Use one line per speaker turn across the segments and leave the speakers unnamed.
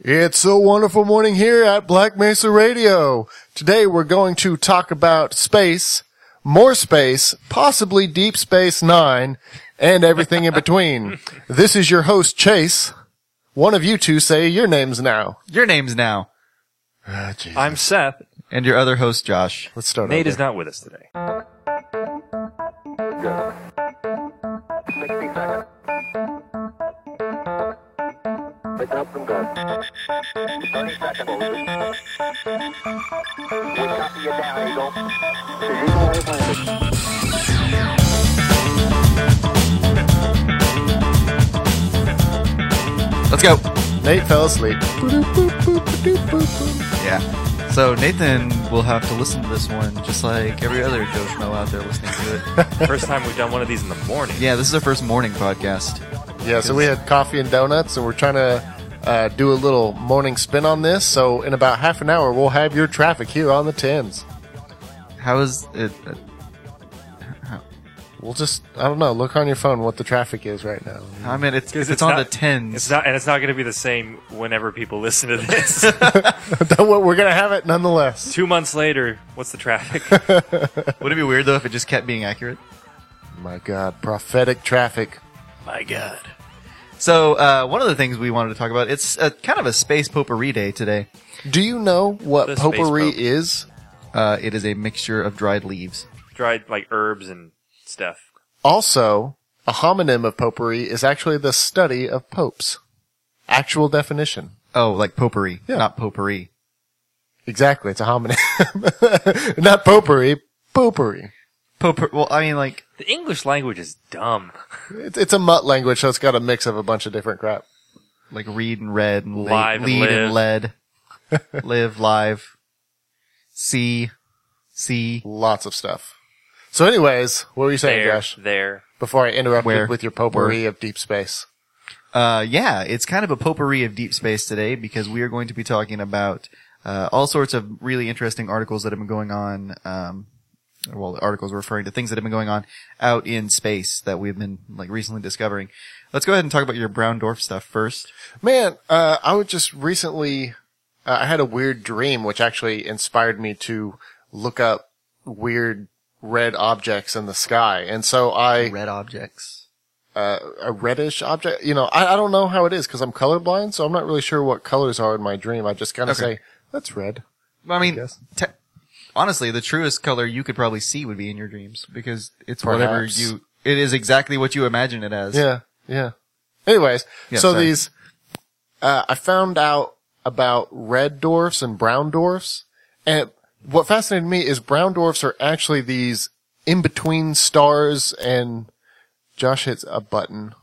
It's a wonderful morning here at Black Mesa Radio. Today we're going to talk about space, more space, possibly Deep Space Nine, and everything in between. This is your host, Chase. One of you two say your names now.
Your name's now.
Ah, Jesus.
I'm Seth.
And your other host, Josh.
Let's start
Nate
over.
is not with us today.
Let's go.
Nate fell asleep.
Yeah. So Nathan will have to listen to this one just like every other Joe Schmo out there listening to it.
First time we've done one of these in the morning.
yeah, this is our first morning podcast.
Yeah, so we had coffee and donuts, and we're trying to uh, do a little morning spin on this. So in about half an hour, we'll have your traffic here on the Thames.
How is it? uh,
We'll just, I don't know, look on your phone what the traffic is right now.
I mean, it's it's,
'Cause
on
not-
the tens.
It's not, and it's not going to be the same whenever people listen to this.
Well, we're gonna have it nonetheless.
Two months later, what's the traffic?
Would it be weird though if it just kept being accurate?
My God, prophetic traffic.
My God.
So uh, one of the things we wanted to talk about it's a, kind of a space potpourri day today.
Do you know what
The space
potpourri
pope.
is?
Uh, it is a mixture of dried leaves.
Dried like herbs and stuff.
Also, a homonym of potpourri is actually the study of popes. Actual definition.
Oh, like potpourri,
Yeah.
not potpourri.
Exactly, it's a homonym. Not potpourri, potpourri.
Potpourri. Well, I mean, like
The English language is dumb.
It's, it's a mutt language, so it's got a mix of a bunch of different crap.
like read and read and
Live
le-
and
lead and lead, live, live, see, see.
Lots of stuff. So anyways, what were you saying,
There,
Josh?
there.
Before I interrupted
Where?
with your potpourri of deep space.
Uh, yeah, it's kind of a potpourri of deep space today because we are going to be talking about uh, all sorts of really interesting articles that have been going on. Um, well, articles referring to things that have been going on out in space that we've been like recently discovering. Let's go ahead and talk about your brown dwarf stuff first.
Man, uh, I was just recently, uh, I had a weird dream, which actually inspired me to look up weird red objects in the sky. And so I,
Red objects.
uh, a reddish object, you know, I, I don't know how it is because I'm colorblind, so I'm not really sure what colors are in my dream. I just kind of
Okay.
say, that's red.
I mean,
guess.
te- honestly, the truest color you could probably see would be in your dreams because it's whatever
Perhaps.
you. It is exactly what you imagine it as.
Yeah, yeah. Anyways,
Yeah,
so
sorry.
these, uh, I found out about red dwarfs and brown dwarfs. And what fascinated me is brown dwarfs are actually these in between stars and Josh hits a button.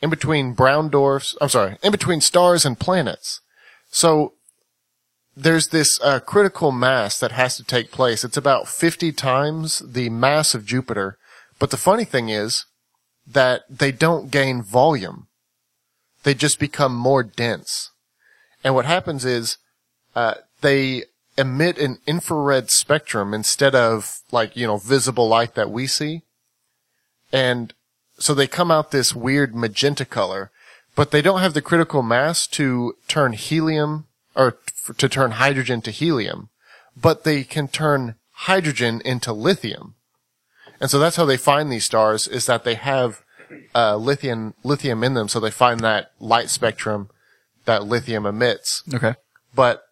In between brown dwarfs, I'm sorry, in between stars and planets. So there's this uh, critical mass that has to take place. It's about 50 times the mass of Jupiter. But the funny thing is, that they don't gain volume. They just become more dense. And what happens is, uh, they emit an infrared spectrum instead of like, you know, visible light that we see. And so they come out this weird magenta color, but they don't have the critical mass to turn helium or f- to turn hydrogen to helium, but they can turn hydrogen into lithium. And so that's how they find these stars is that they have uh, lithium lithium in them, so they find that light spectrum that lithium emits.
Okay.
But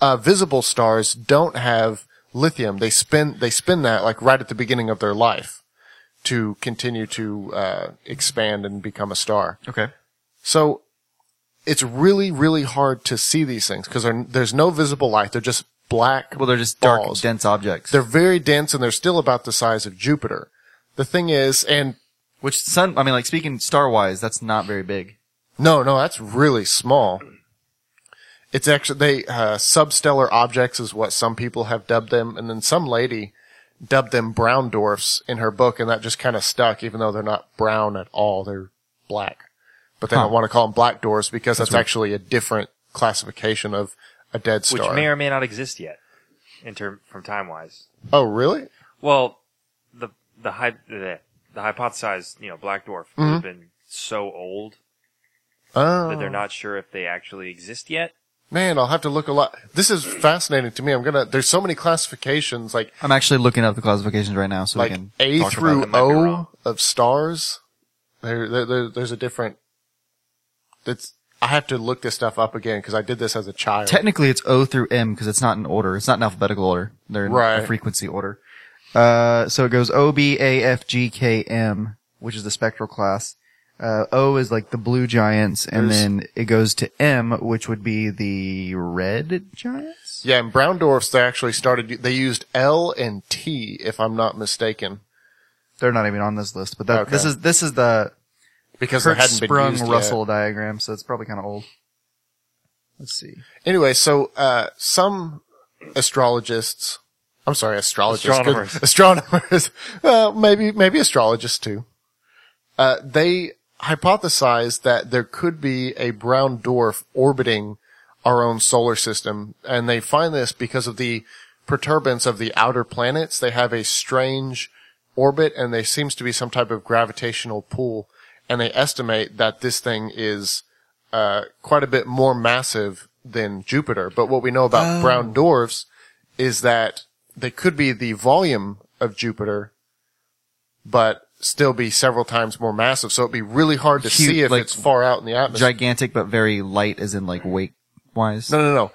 uh, visible stars don't have lithium. They spin they spin that like right at the beginning of their life to continue to uh, expand and become a star.
Okay.
So it's really really hard to see these things because there's no visible light. They're just black.
Well, they're just dark,
balls.
dense objects,
They're very dense and they're still about the size of Jupiter. The thing is, and
which sun. I mean, like speaking star wise, that's not very big.
no, no, that's really small. It's actually, they, uh, substellar objects is what some people have dubbed them. And then some lady dubbed them brown dwarfs in her book. And that just kind of stuck, even though they're not brown at all. They're black, but they
Huh.
don't want to call them black dwarfs because that's, actually a different classification of a dead
Which
star.
may or may not exist yet, in term from time wise.
oh, really?
Well, the the
Mm-hmm.
hy- the, the hypothesized you know black dwarf would have been so old
Oh,
that they're not sure if they actually exist yet.
man, I'll have to look a lot. This is fascinating to me. I'm gonna. There's so many classifications, like
I'm actually looking up the classifications right now, so
like
we can
A
talk
through
about
might be
O
wrong.
of stars. There, there, there, there's a different. That's. I have to look this stuff up again because I did this as a child.
it. Technically, it's O through M because it's not in order. It's not in alphabetical order. They're in
Right.
a frequency order. Uh, so it goes O B A F G K M, which is the spectral class. Uh, o is like the blue giants, and
There's-
then it goes to M, which would be the red giants.
yeah, and Brown dwarfs. They actually started. They used L and T, if I'm not mistaken,
They're not even on this list, but that,
Okay.
this is this is the
because they hadn't been used
Hertzsprung-Russell
yet.
diagram, so it's probably kind of old. Let's see.
Anyway, so uh, some astrologists, I'm sorry, astrologists, good-
Astronomers.
astronomers, well, maybe maybe astrologists too. Uh, they hypothesized that there could be a brown dwarf orbiting our own solar system, and they find this because of the perturbance of the outer planets. They have a strange orbit, and there seems to be some type of gravitational pull. And they estimate that this thing is uh, quite a bit more massive than Jupiter. But what we know about
Oh.
brown dwarfs is that they could be the volume of Jupiter, but still be several times more massive. So it'd be really hard to
Huge,
see if
like,
it's far out in the atmosphere.
Gigantic, but very light, as in like weight wise.
no, no, no.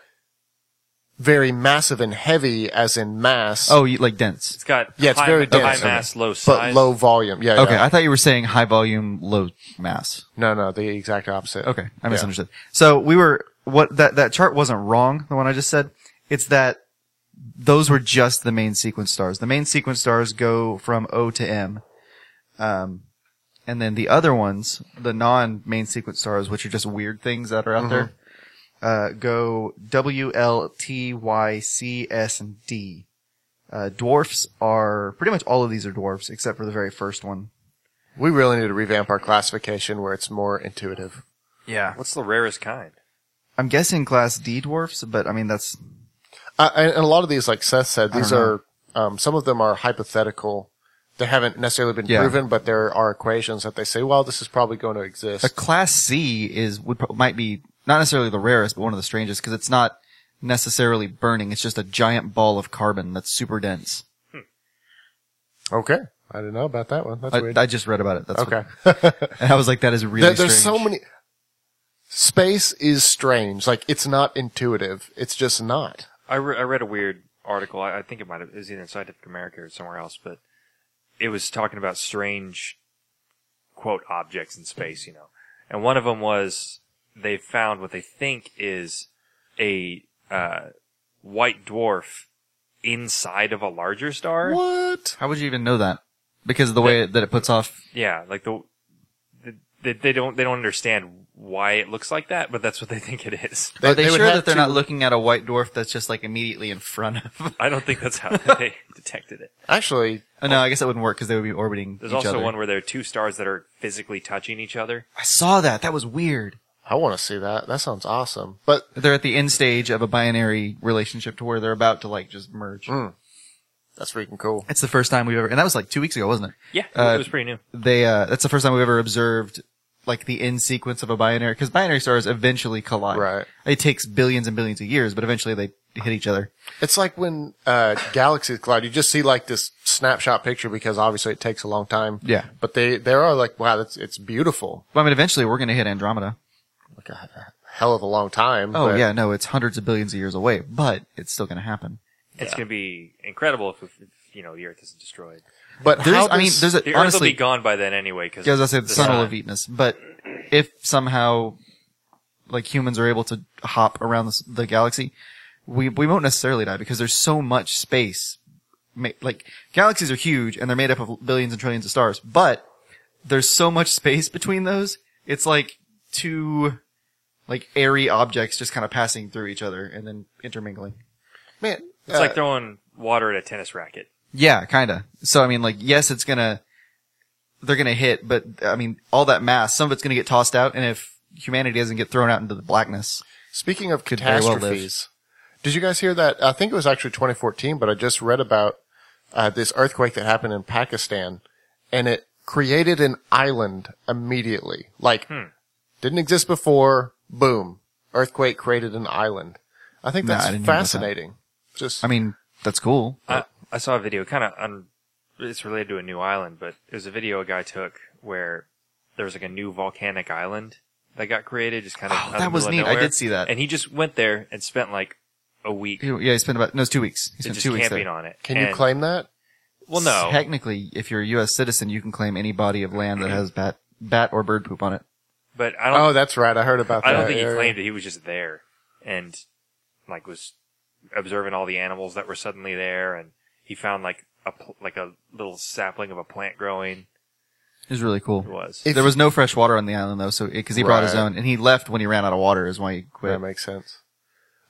Very massive and heavy, as in mass.
Oh, you, like dense.
It's got
Yeah, it's
high,
very
high
dense.
mass, low
but
size.
low volume. Yeah.
Okay,
yeah.
I thought you were saying high volume, low mass.
no, no, the exact opposite.
Okay, I
Yeah.
misunderstood. So we were what that that chart wasn't wrong. The one I just said. It's that those were just the main sequence stars. The main sequence stars go from O to M, um, and then the other ones, the non-main sequence stars, which are just weird things that are out there, uh, go W, L, T, Y, C, S, and D. Uh, dwarfs are pretty much all of these are dwarfs except for the very first one.
We really need to revamp our classification where it's more intuitive.
Yeah.
What's the rarest kind?
I'm guessing class D dwarfs, but I mean that's
Uh, and and a lot of these, like Seth said, these
don't
are um, some of them are hypothetical. They haven't necessarily been
Yeah.
proven, but there are equations that they say, well, this is probably going to exist.
a class C is would pro- might be not necessarily the rarest, but one of the strangest because it's not necessarily burning. It's just a giant ball of carbon that's super dense.
okay, I didn't know about that one. That's
I,
weird.
I just read about it. That's
okay,
what- and I was like, that is really
There- there's
strange.
so many. Space is strange. Like it's not intuitive. It's just not.
I, re- I read a weird article. I, I think it might have it was either in Scientific America or somewhere else, but it was talking about strange quote objects in space, you know. And one of them was they found what they think is a uh, white dwarf inside of a larger star.
What?
How would you even know that? Because of the way that it puts off.
Yeah, like the, the they, they don't they don't understand why it looks like that, but that's what they think it is.
Are they,
would
sure
have
that they're
to-
not looking at a white dwarf that's just like immediately in front of?
I don't think that's how they detected it.
Actually,
oh, no, I guess that wouldn't work because they would be orbiting
There's
each
also
other.
one where there are two stars that are physically touching each other.
I saw that. That was weird.
I want to see that. That sounds awesome. But
They're at the end stage of a binary relationship to where they're about to like just merge.
Hmm. that's freaking cool.
It's the first time we've ever, and that was like two weeks ago, wasn't it?
Yeah, it
Uh,
was pretty new.
They, uh, that's the first time we've ever observed like the end sequence of a binary, because binary stars eventually collide.
Right.
It takes billions and billions of years, but eventually they hit each other.
It's like when uh, galaxies collide. You just see like this snapshot picture because obviously it takes a long time.
Yeah.
But they there are like wow, that's it's beautiful.
Well, I mean, eventually we're going to hit Andromeda.
Like a hell of a long time.
Oh
but-
yeah, no, it's hundreds of billions of years away, but it's still going to happen.
It's going to be incredible if, if you know the Earth isn't destroyed.
But
There's,
how
I mean,
does-
there's a,
The Earth will be
honestly,
gone by then anyway. Because
as I said, the sun will have eaten us, but if somehow like humans are able to hop around the, s- the galaxy, we, we won't necessarily die because there's so much space. Ma- Like galaxies are huge and they're made up of billions and trillions of stars, but there's so much space between those. It's like two like airy objects just kind of passing through each other and then intermingling.
man,
it's
Uh,
like throwing water at a tennis racket.
Yeah, kind of. So I mean, like, yes, it's gonna, they're gonna hit, but I mean, all that mass, some of it's gonna get tossed out, and if humanity doesn't get thrown out into the blackness,
Speaking of
very well live.
catastrophes, did you guys hear that? I think it was actually 2014, but I just read about uh, this earthquake that happened in
Hmm.
Pakistan, and it created an island immediately. Like Didn't exist before. Boom. Earthquake created an island. I think
No,
that's
I didn't hear about that.
fascinating. Just,
I mean, that's cool.
I, I saw a video, kind of, un- it's related to a new island, but it was a video a guy took where there was like a new volcanic island that got created, just kind of.
Oh, that was neat. I did see that.
And he just went there and spent like a week
He- yeah, he spent about no, it's two weeks. He
to
spent
just
two weeks
camping
there.
on it.
can you
And-
claim that?
Well, no.
Technically, if you're a U.S. citizen, you can claim any body of land that has bat, bat or bird poop on it.
but I don't.
Oh, that's right. I heard about that.
I don't think he
area.
claimed it. He was just there and like was observing all the animals that were suddenly there, and he found like a pl- like a little sapling of a plant growing.
It was really cool.
It was.
If-
there was no fresh water on the island though, so because he brought his
Right.
own, and he left when he ran out of water, is why he quit.
That makes sense.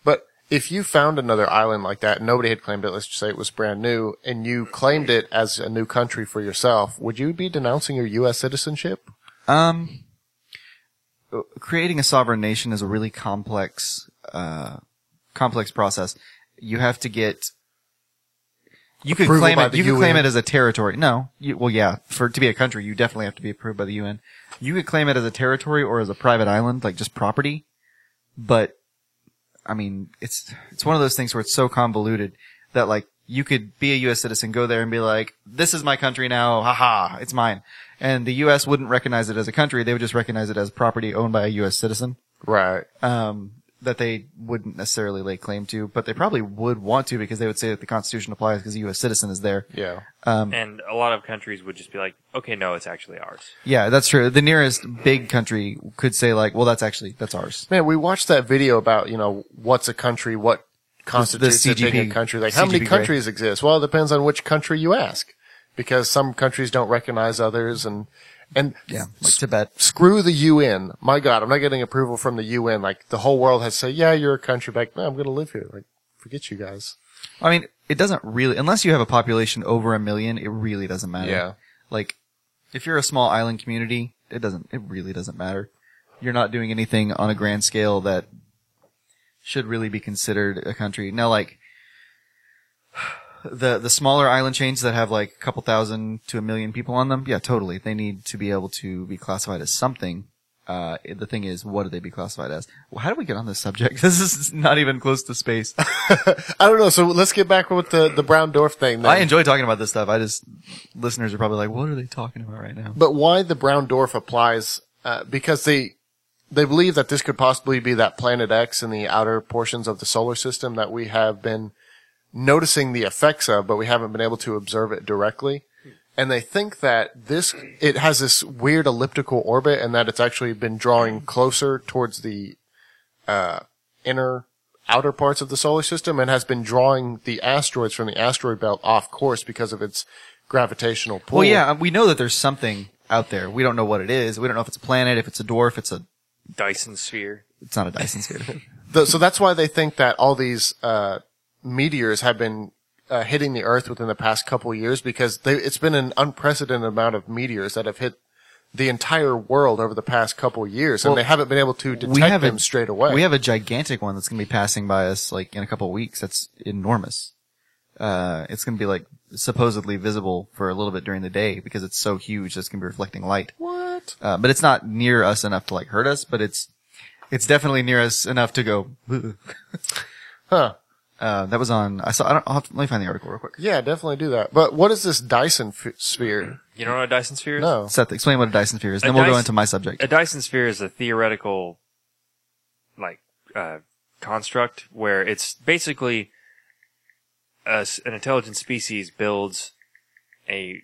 But if you found another island like that, nobody had claimed it, let's just say it was brand new, and you claimed it as a new country for yourself, would you be denouncing your U.S. citizenship?
Um, uh, creating a sovereign nation is a really complex, uh, complex process. You have to get. You could
Approval
claim
by
it.
the
You could claim
UN.
it as a territory. No, you, well, yeah. For it to be a country, you definitely have to be approved by the UN. You could claim it as a territory or as a private island, like just property. But, I mean, it's it's one of those things where it's so convoluted that like you could be a U.S. citizen, go there and be like, "This is my country now, haha, it's mine," and the U.S. wouldn't recognize it as a country; they would just recognize it as property owned by a U.S. citizen
Right.
um, that they wouldn't necessarily lay claim to, but they probably would want to because they would say that the Constitution applies because a U.S. citizen is there.
Yeah.
and a lot of countries would just be like, okay, no, it's actually ours.
Yeah, that's true. The nearest big country could say like, well, that's actually, that's ours.
Man, we watched that video about, you know, what's a country, what constitutes a
CGP
big country. Like, how many
CGP gray.
countries exist? Well, it depends on which country you ask. Because some countries don't recognize others and, and
Yeah, like Tibet.
screw the UN. My God, I'm not getting approval from the UN. Like, the whole world has to say, yeah, you're a country back. No, I'm going to live here. Like, forget you guys.
I mean, it doesn't really, unless you have a population over a million, it really doesn't matter.
Yeah.
Like, if you're a small island community, it doesn't, it really doesn't matter. You're not doing anything on a grand scale that should really be considered a country. Now, like, the, the smaller island chains that have like a couple thousand to a million people on them, yeah, totally. They need to be able to be classified as something. Uh, the thing is, what do they be classified as? Well, how do we get on this subject? This is not even close to space.
I don't know. So let's get back with the the brown dwarf thing. Then.
I enjoy talking about this stuff. I just listeners are probably like, "What are they talking about right now?"
but why the brown dwarf applies? Uh, because they they believe that this could possibly be that planet X in the outer portions of the solar system that we have been noticing the effects of, but we haven't been able to observe it directly.
Hmm.
And they think that this it has this weird elliptical orbit, and that it's actually been drawing closer towards the uh, inner outer parts of the solar system and has been drawing the asteroids from the asteroid belt off course because of its gravitational pull.
Well, yeah, we know that there's something out there. We don't know what it is. We don't know if it's a planet, if it's a dwarf, it's a,
Dyson sphere.
it's not a Dyson sphere.
Th- so that's why they think that all these uh, meteors have been uh, hitting the Earth within the past couple of years because they, it's been an unprecedented amount of meteors that have hit the entire world over the past couple of years, and
Well,
they haven't been able to
we
detect
have
them
a,
straight away.
We have a gigantic one that's going to be passing by us like in a couple of weeks. That's enormous. Uh, it's going to be like supposedly visible for a little bit during the day because it's so huge. That's going to be reflecting light.
what?
Uh, but it's not near us enough to like hurt us, but it's, it's definitely near us enough to go, "Ugh."
Huh.
Uh, that was on. I saw. I don't. I'll have to, let me find the article real quick.
Yeah, definitely do that. But what is this Dyson f- sphere? Oh,
You know what a Dyson sphere is?
No.
Seth, explain what a Dyson sphere is. Then
A
we'll go
Dyson-
into my subject.
A Dyson sphere is a theoretical, like, uh, construct where it's basically a s an intelligent species builds a,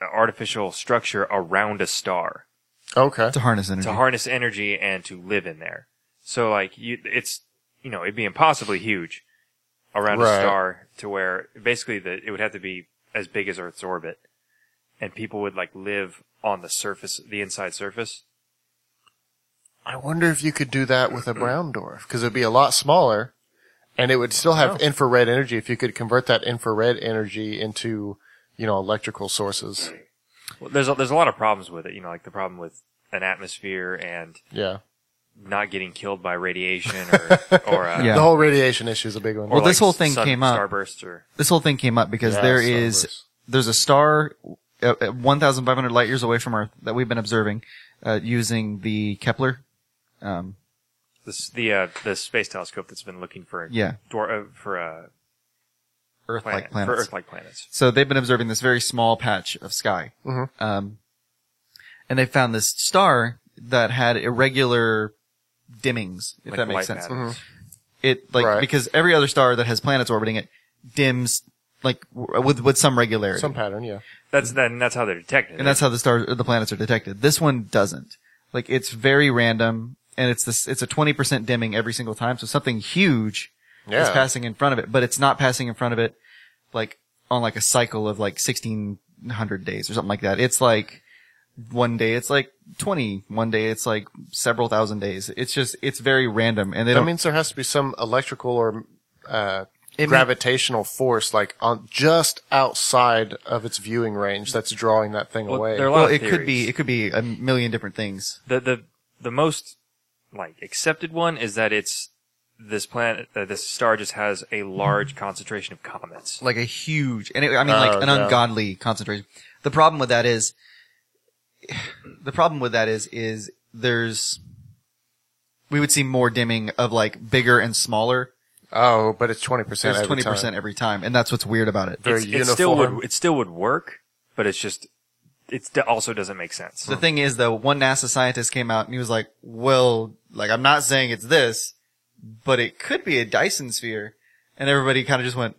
a artificial structure around a star
Okay.
to harness energy.
to harness energy and to live in there. So like, you, it's you know it'd be impossibly huge around
Right.
a star to where basically the, it would have to be as big as Earth's orbit, and people would like live on the surface, the inside surface.
I wonder if you could do that with a brown dwarf because it'd be a lot smaller and it would still
Oh.
have infrared energy if you could convert that infrared energy into, you know, electrical sources.
Well, there's a, there's a lot of problems with it. You know, like the problem with an atmosphere and
Yeah.
not getting killed by radiation or or uh,
Yeah.
The whole radiation issue is a big one.
or,
Well, this
like,
whole thing
sun
came up.
starbursts or
this whole thing came up because
Yeah,
there
so
is
there's-
there's a star uh, uh, 1,500 light years away from Earth that we've been observing uh, using the Kepler Um,
This the uh, the space telescope that's been looking for
Yeah.
dwar- uh, for uh,
Earth-like
planet,
planets.
for Earth-like planets.
So they've been observing this very small patch of sky.
Mhm.
Mm-hmm.
Um, and they found this star that had irregular dimmings, if
like
that makes
light
sense.
patterns.
It like
Right.
because every other star that has planets orbiting it dims like w- with with some regularity.
Some pattern, yeah.
That's then that's how they're detected.
and that's how the stars the planets are detected. This one doesn't. Like it's very random and it's this it's a 20% dimming every single time so something huge is
Yeah.
passing in front of it, but it's not passing in front of it like on like a cycle of like 1600 days or something like that. It's like one day it's like 20, one day it's like several thousand days. It's just it's very random and they
That
don't
means there has to be some electrical or uh,
It-
gravitational force, like on just outside of its viewing range, that's drawing that thing
Well,
away.
there are a lot
well
of
it could be
theories.
it could be a million different things.
the the the most like accepted one is that it's this planet uh, this star just has a
Mm-hmm.
large concentration of comets.
like a huge, and it, I mean like
Oh,
an
yeah.
ungodly concentration. The problem with that is, the problem with that is, is there's, we would see more dimming of like bigger and smaller.
oh, but it's 20%
There's
every
twenty
time.
percent every time, and that's what's weird about it.
Very
It's- it still
uniform.
would it still would work, but it's just it also doesn't make sense.
The thing is, though, one NASA scientist came out and he was like, "Well, like I'm not saying it's this, but it could be a Dyson sphere," and everybody kind of just went,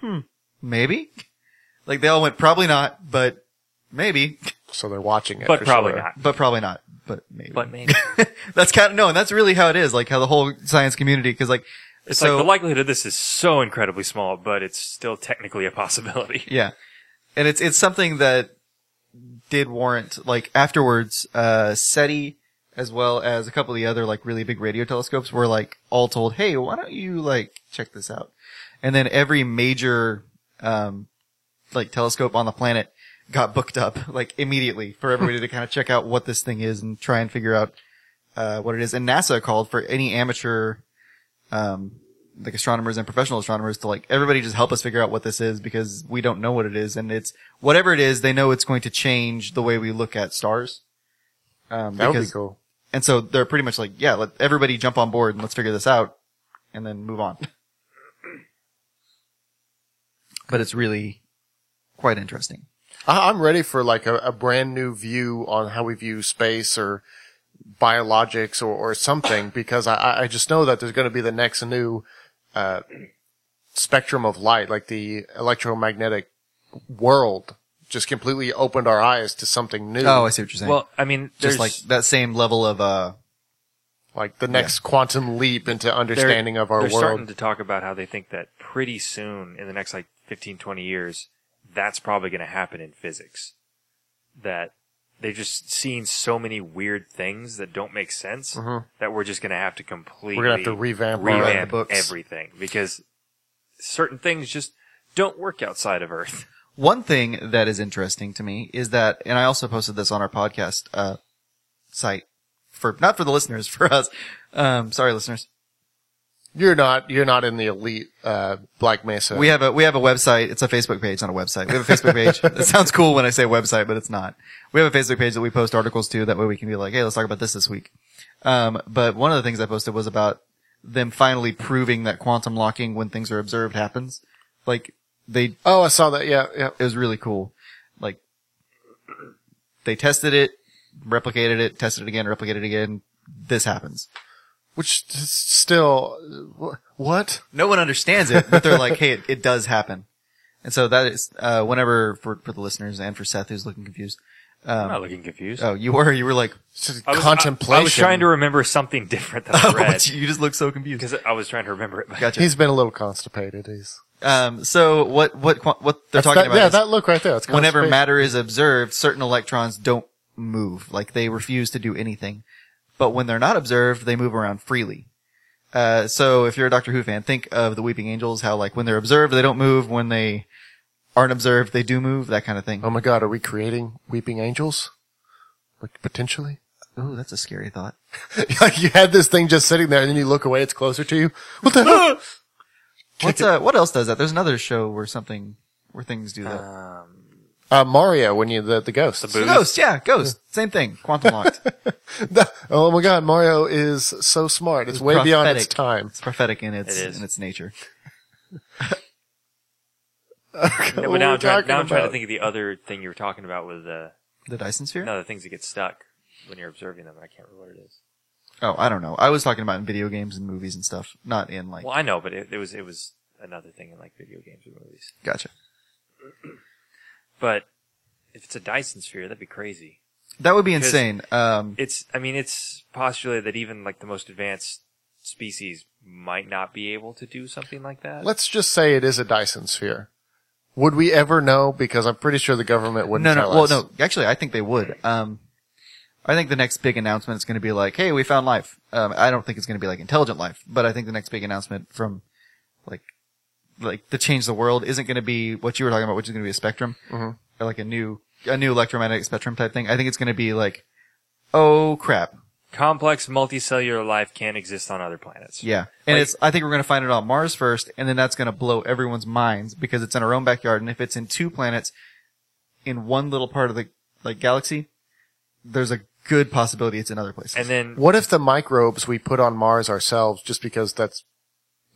"Hmm, maybe." Like they all went, "Probably not," but maybe,
So they're watching it.
but
for
probably
sure.
not.
but probably not, but maybe.
But maybe
that's kind of no, and that's really how it is. Like how the whole science community, because like
it's
so
like the likelihood of this is so incredibly small, but it's still technically a possibility.
yeah, and it's it's something that did warrant like afterwards. Uh, SETI as well as a couple of the other like really big radio telescopes were like all told, hey, why don't you like check this out? And then every major um, like telescope on the planet got booked up like immediately for everybody to kind of check out what this thing is and try and figure out uh, what it is. And NASA called for any amateur, um, like astronomers and professional astronomers to like everybody just help us figure out what this is because we don't know what it is. And it's whatever it is, they know it's going to change the way we look at stars. Um,
That would be
because-
cool.
And so they're pretty much like, yeah, let everybody jump on board and let's figure this out and then move on. but it's really quite interesting.
I- I'm ready for like a, a brand new view on how we view space or biologics or, or something because I- I, I just know that there's going to be the next new uh, spectrum of light, like the electromagnetic world just completely opened our eyes to something new.
Oh, I see what you're saying.
Well, I mean,
just
there's
like that same level of, uh,
like the next quantum leap into
they're-
understanding of our
they're starting
world.
to talk about how they think that pretty soon in the next like 15 20 years that's probably going to happen in physics that they're just seeing so many weird things that don't make sense that we're just going to have to completely
Mm-hmm. We're gonna have to revamp our-
Rewrite the
revamp
books.
everything because certain things just don't work outside of earth
One thing that is interesting to me is that, and I also posted this on our podcast uh, site for not for the listeners, for us. Um, sorry, listeners.
You're not you're not in the elite uh, Black Mesa.
We have a we have a website. It's a Facebook page, not a website. We have a Facebook page. it sounds cool when I say website, but it's not. We have a Facebook page that we post articles to. That way we can be like, hey, let's talk about this this week. Um, but one of the things I posted was about them finally proving that quantum locking when things are observed happens. Like they
oh, I saw that. Yeah, yeah.
it was really cool. Like they tested it, replicated it, tested it again, replicated it again. This happens.
Which is still wh- what?
No one understands it, but they're like, hey, it, it does happen. And so that is, uh, whenever for, for the listeners and for Seth who's looking confused.
i'm not looking confused
Um, Oh, you were, you were like,
Just
I was, I-
contemplation. Oh,
I, was trying to remember something different that i read
you just look so confused.
because i was trying to remember it but
Gotcha.
He's been a little constipated. He's
Um, so what, what, qua- what they're
That's
talking
that-
about
Yeah,
is
that look right there. It's
whenever
constipation.
matter is observed, certain electrons don't move. Like they refuse to do anything. But when they're not observed, they move around freely. Uh, so if you're a Doctor Who fan, think of the Weeping Angels, how like when they're observed, they don't move. When they aren't observed, they do move, that kind of thing.
Oh my God, are we creating weeping angels? Like potentially?
Ooh, that's a scary thought.
like you had this thing just sitting there, and then you look away, it's closer to you. What the hell?
What's uh, what else does that? There's another show where something, where things do that.
um,
Uh, Mario, when you, the, the ghost.
The
Ghost, yeah, ghost. Same thing. Quantum locked.
oh my god, Mario is so smart. It's, way beyond its
prophetic.
time.
It's prophetic in its
It is.
in its nature.
No,
What
but now
were
I'm, trying,
talking
now I'm trying to
about?
think of the other thing you were talking about with uh, the
The Dyson sphere?
no the things that get stuck when you're observing them. and I can't remember what it is.
Oh, I don't know. I was talking about in video games and movies and stuff, not in like.
Well, I know, but it, it was it was another thing in like video games and movies.
Gotcha.
But if it's a Dyson sphere, that'd be crazy.
That would be
Because-
insane. Um,
It's I mean it's postulated that even like the most advanced species might not be able to do something like that.
Let's just say it is a Dyson sphere. Would we ever know? Because I'm pretty sure the government wouldn't
no, no.
tell
Well,
us.
no. Actually, I think they would. Um, I think the next big announcement is going to be like, "Hey, we found life." Um, I don't think it's going to be like intelligent life, but I think the next big announcement from like like to change the world isn't going to be what you were talking about, which is going to be a spectrum
Mm-hmm.
or like a new a new electromagnetic spectrum type thing. I think it's going to be like, "Oh crap,
Complex multicellular life can exist on other planets.
Yeah. And
Like-
it's, I think we're going to find it on Mars first, and then that's going to blow everyone's minds because it's in our own backyard. And if it's in two planets in one little part of the, like, galaxy, there's a good possibility it's in other places.
And then
What if the microbes we put on Mars ourselves, just because that's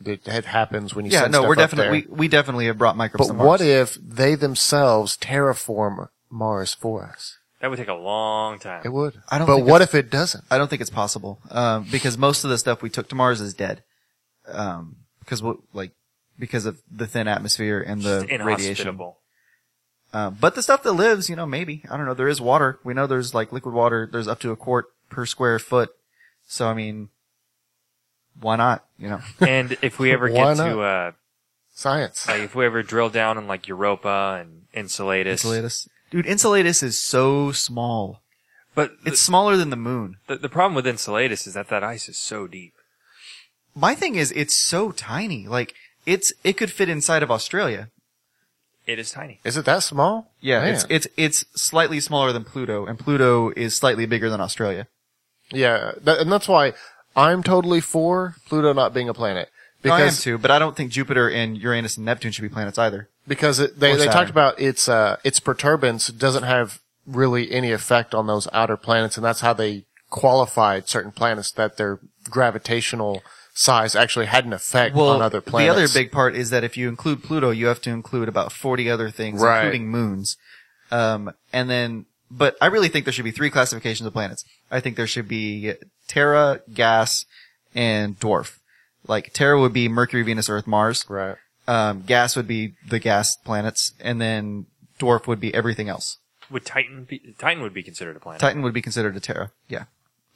it, it happens when you
yeah,
send
no,
stuff
we're
up there.
definitely, we, we definitely have brought microbes
But
to Mars.
what if they themselves terraform Mars for us?
that would take a long time.
It would.
I don't
But
think
what if it doesn't?
I don't think it's possible, um, because most of the stuff we took to Mars is dead. Um, because what, like, because of the thin atmosphere and the
It's
radiation.
inhospitable.
Um, but the stuff that lives, you know, maybe I don't know. There is water. We know there's like liquid water. There's up to a quart per square foot. So I mean, why not? You know,
and if we ever
Why
get to uh,
Science.
like if we ever drill down in like Europa and Insulatus,
insulatus, dude. Insulatus is so small.
but
It's smaller than the moon.
The, the problem with insulatus is that that ice is so deep.
My thing is, it's so tiny. Like it's it could fit inside of Australia.
It is tiny.
Is it that small?
Yeah,
Man.
it's it's it's slightly smaller than Pluto, and Pluto is slightly bigger than Australia.
yeah, that, and that's why I'm totally for Pluto not being a planet
Because, I am
because
too, but I don't think Jupiter and Uranus and Neptune should be planets either.
because it, they
Or
they
Saturn.
talked about its uh its perturbance doesn't have really any effect on those outer planets, and that's how they qualified certain planets that their gravitational size actually had an effect on other planets.
The other big part is that if you include Pluto, you have to include about 40 other things,
Right.
including moons. Um, and then, but I really think there should be three classifications of planets. I think there should be Terra, gas, and dwarf. Like Terra would be Mercury, Venus, Earth, Mars.
right.
Um, gas would be the gas planets, and then dwarf would be everything else.
Would Titan be, Titan would be considered a planet?
Titan would be considered a Terra. Yeah.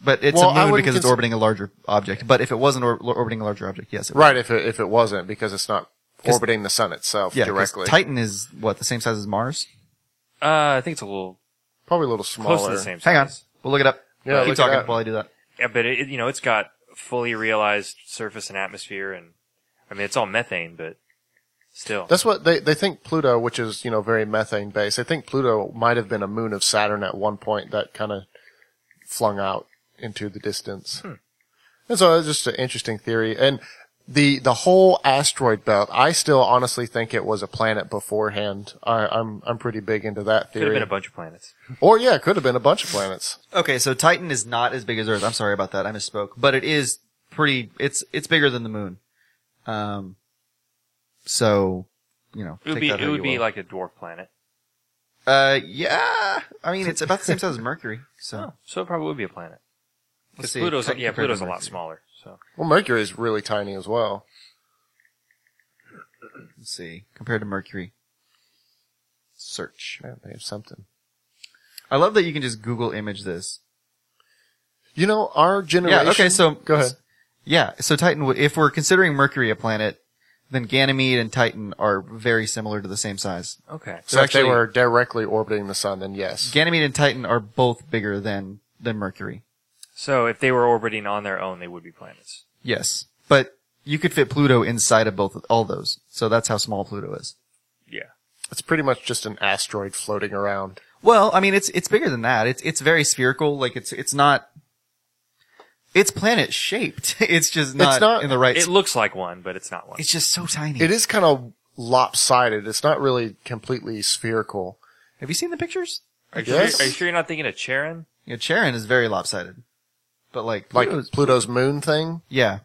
But it's
Well, I
a moon
wouldn't
because it's
consi-
orbiting a larger object. But if it wasn't or- orbiting a larger object, yes, it would.
Right, if it, if it wasn't, because it's not orbiting the sun itself
'cause
directly.
Titan is what the same size as Mars.
Uh, I think it's a little
Probably a little
close
smaller.
to the same size.
Hang on, we'll look it up.
Yeah,
keep
look it
talking
up.
while I do that.
Yeah, but it, you know, it's got fully realized surface and atmosphere, and I mean, it's all methane, but still,
That's what they, they think Pluto, which is, you know, very methane based. They think Pluto might have been a moon of Saturn at one point that kind of flung out into the distance.
Hmm.
And so it's just an interesting theory. And the, the whole asteroid belt, I still honestly think it was a planet beforehand. I, I'm, I'm pretty big into that
could have
theory.
been a bunch of planets.
or yeah, it could have been a bunch of planets.
Okay, so Titan is not as big as Earth. I'm sorry about that. I misspoke, but it is pretty. It's it's bigger than the moon. Um, so you know,
It would
take
be
that
it
how
would
you
be
will.
like a dwarf planet.
uh, yeah. I mean, it's about the same size as Mercury. So
Oh, so it probably would be a planet.
Let's
Because
see,
Pluto's
Titan
yeah,
compared to
Pluto's a lot
Mercury.
smaller. So
Well, Mercury is really tiny as well.
let's see compared to Mercury. Search.
Yeah, they have something.
I love that you can just Google image this.
You know, our generation.
Yeah. Okay. So
go ahead.
Yeah. So Titan would, if we're considering Mercury a planet, then Ganymede and Titan are very similar to the same size.
okay,
So if they
actually-
were directly orbiting the sun, then yes.
Ganymede and Titan are both bigger than than Mercury.
so if they were orbiting on their own, they would be planets.
Yes, but you could fit Pluto inside of both all those. So that's how small Pluto is.
Yeah,
It's pretty much just an asteroid floating around.
Well, I mean, it's it's bigger than that. It's it's very spherical. Like it's it's not. It's planet shaped. It's just not,
not-
in the right.
it looks like one, but it's not one.
it's just so tiny.
It is kind of lopsided. It's not really completely spherical.
Have you seen the pictures?
Are you,
Yes.
sure, are you sure you're not thinking of Charon?
Yeah, Charon is very lopsided, but like
Like
Pluto's,
Pluto's moon thing.
yeah,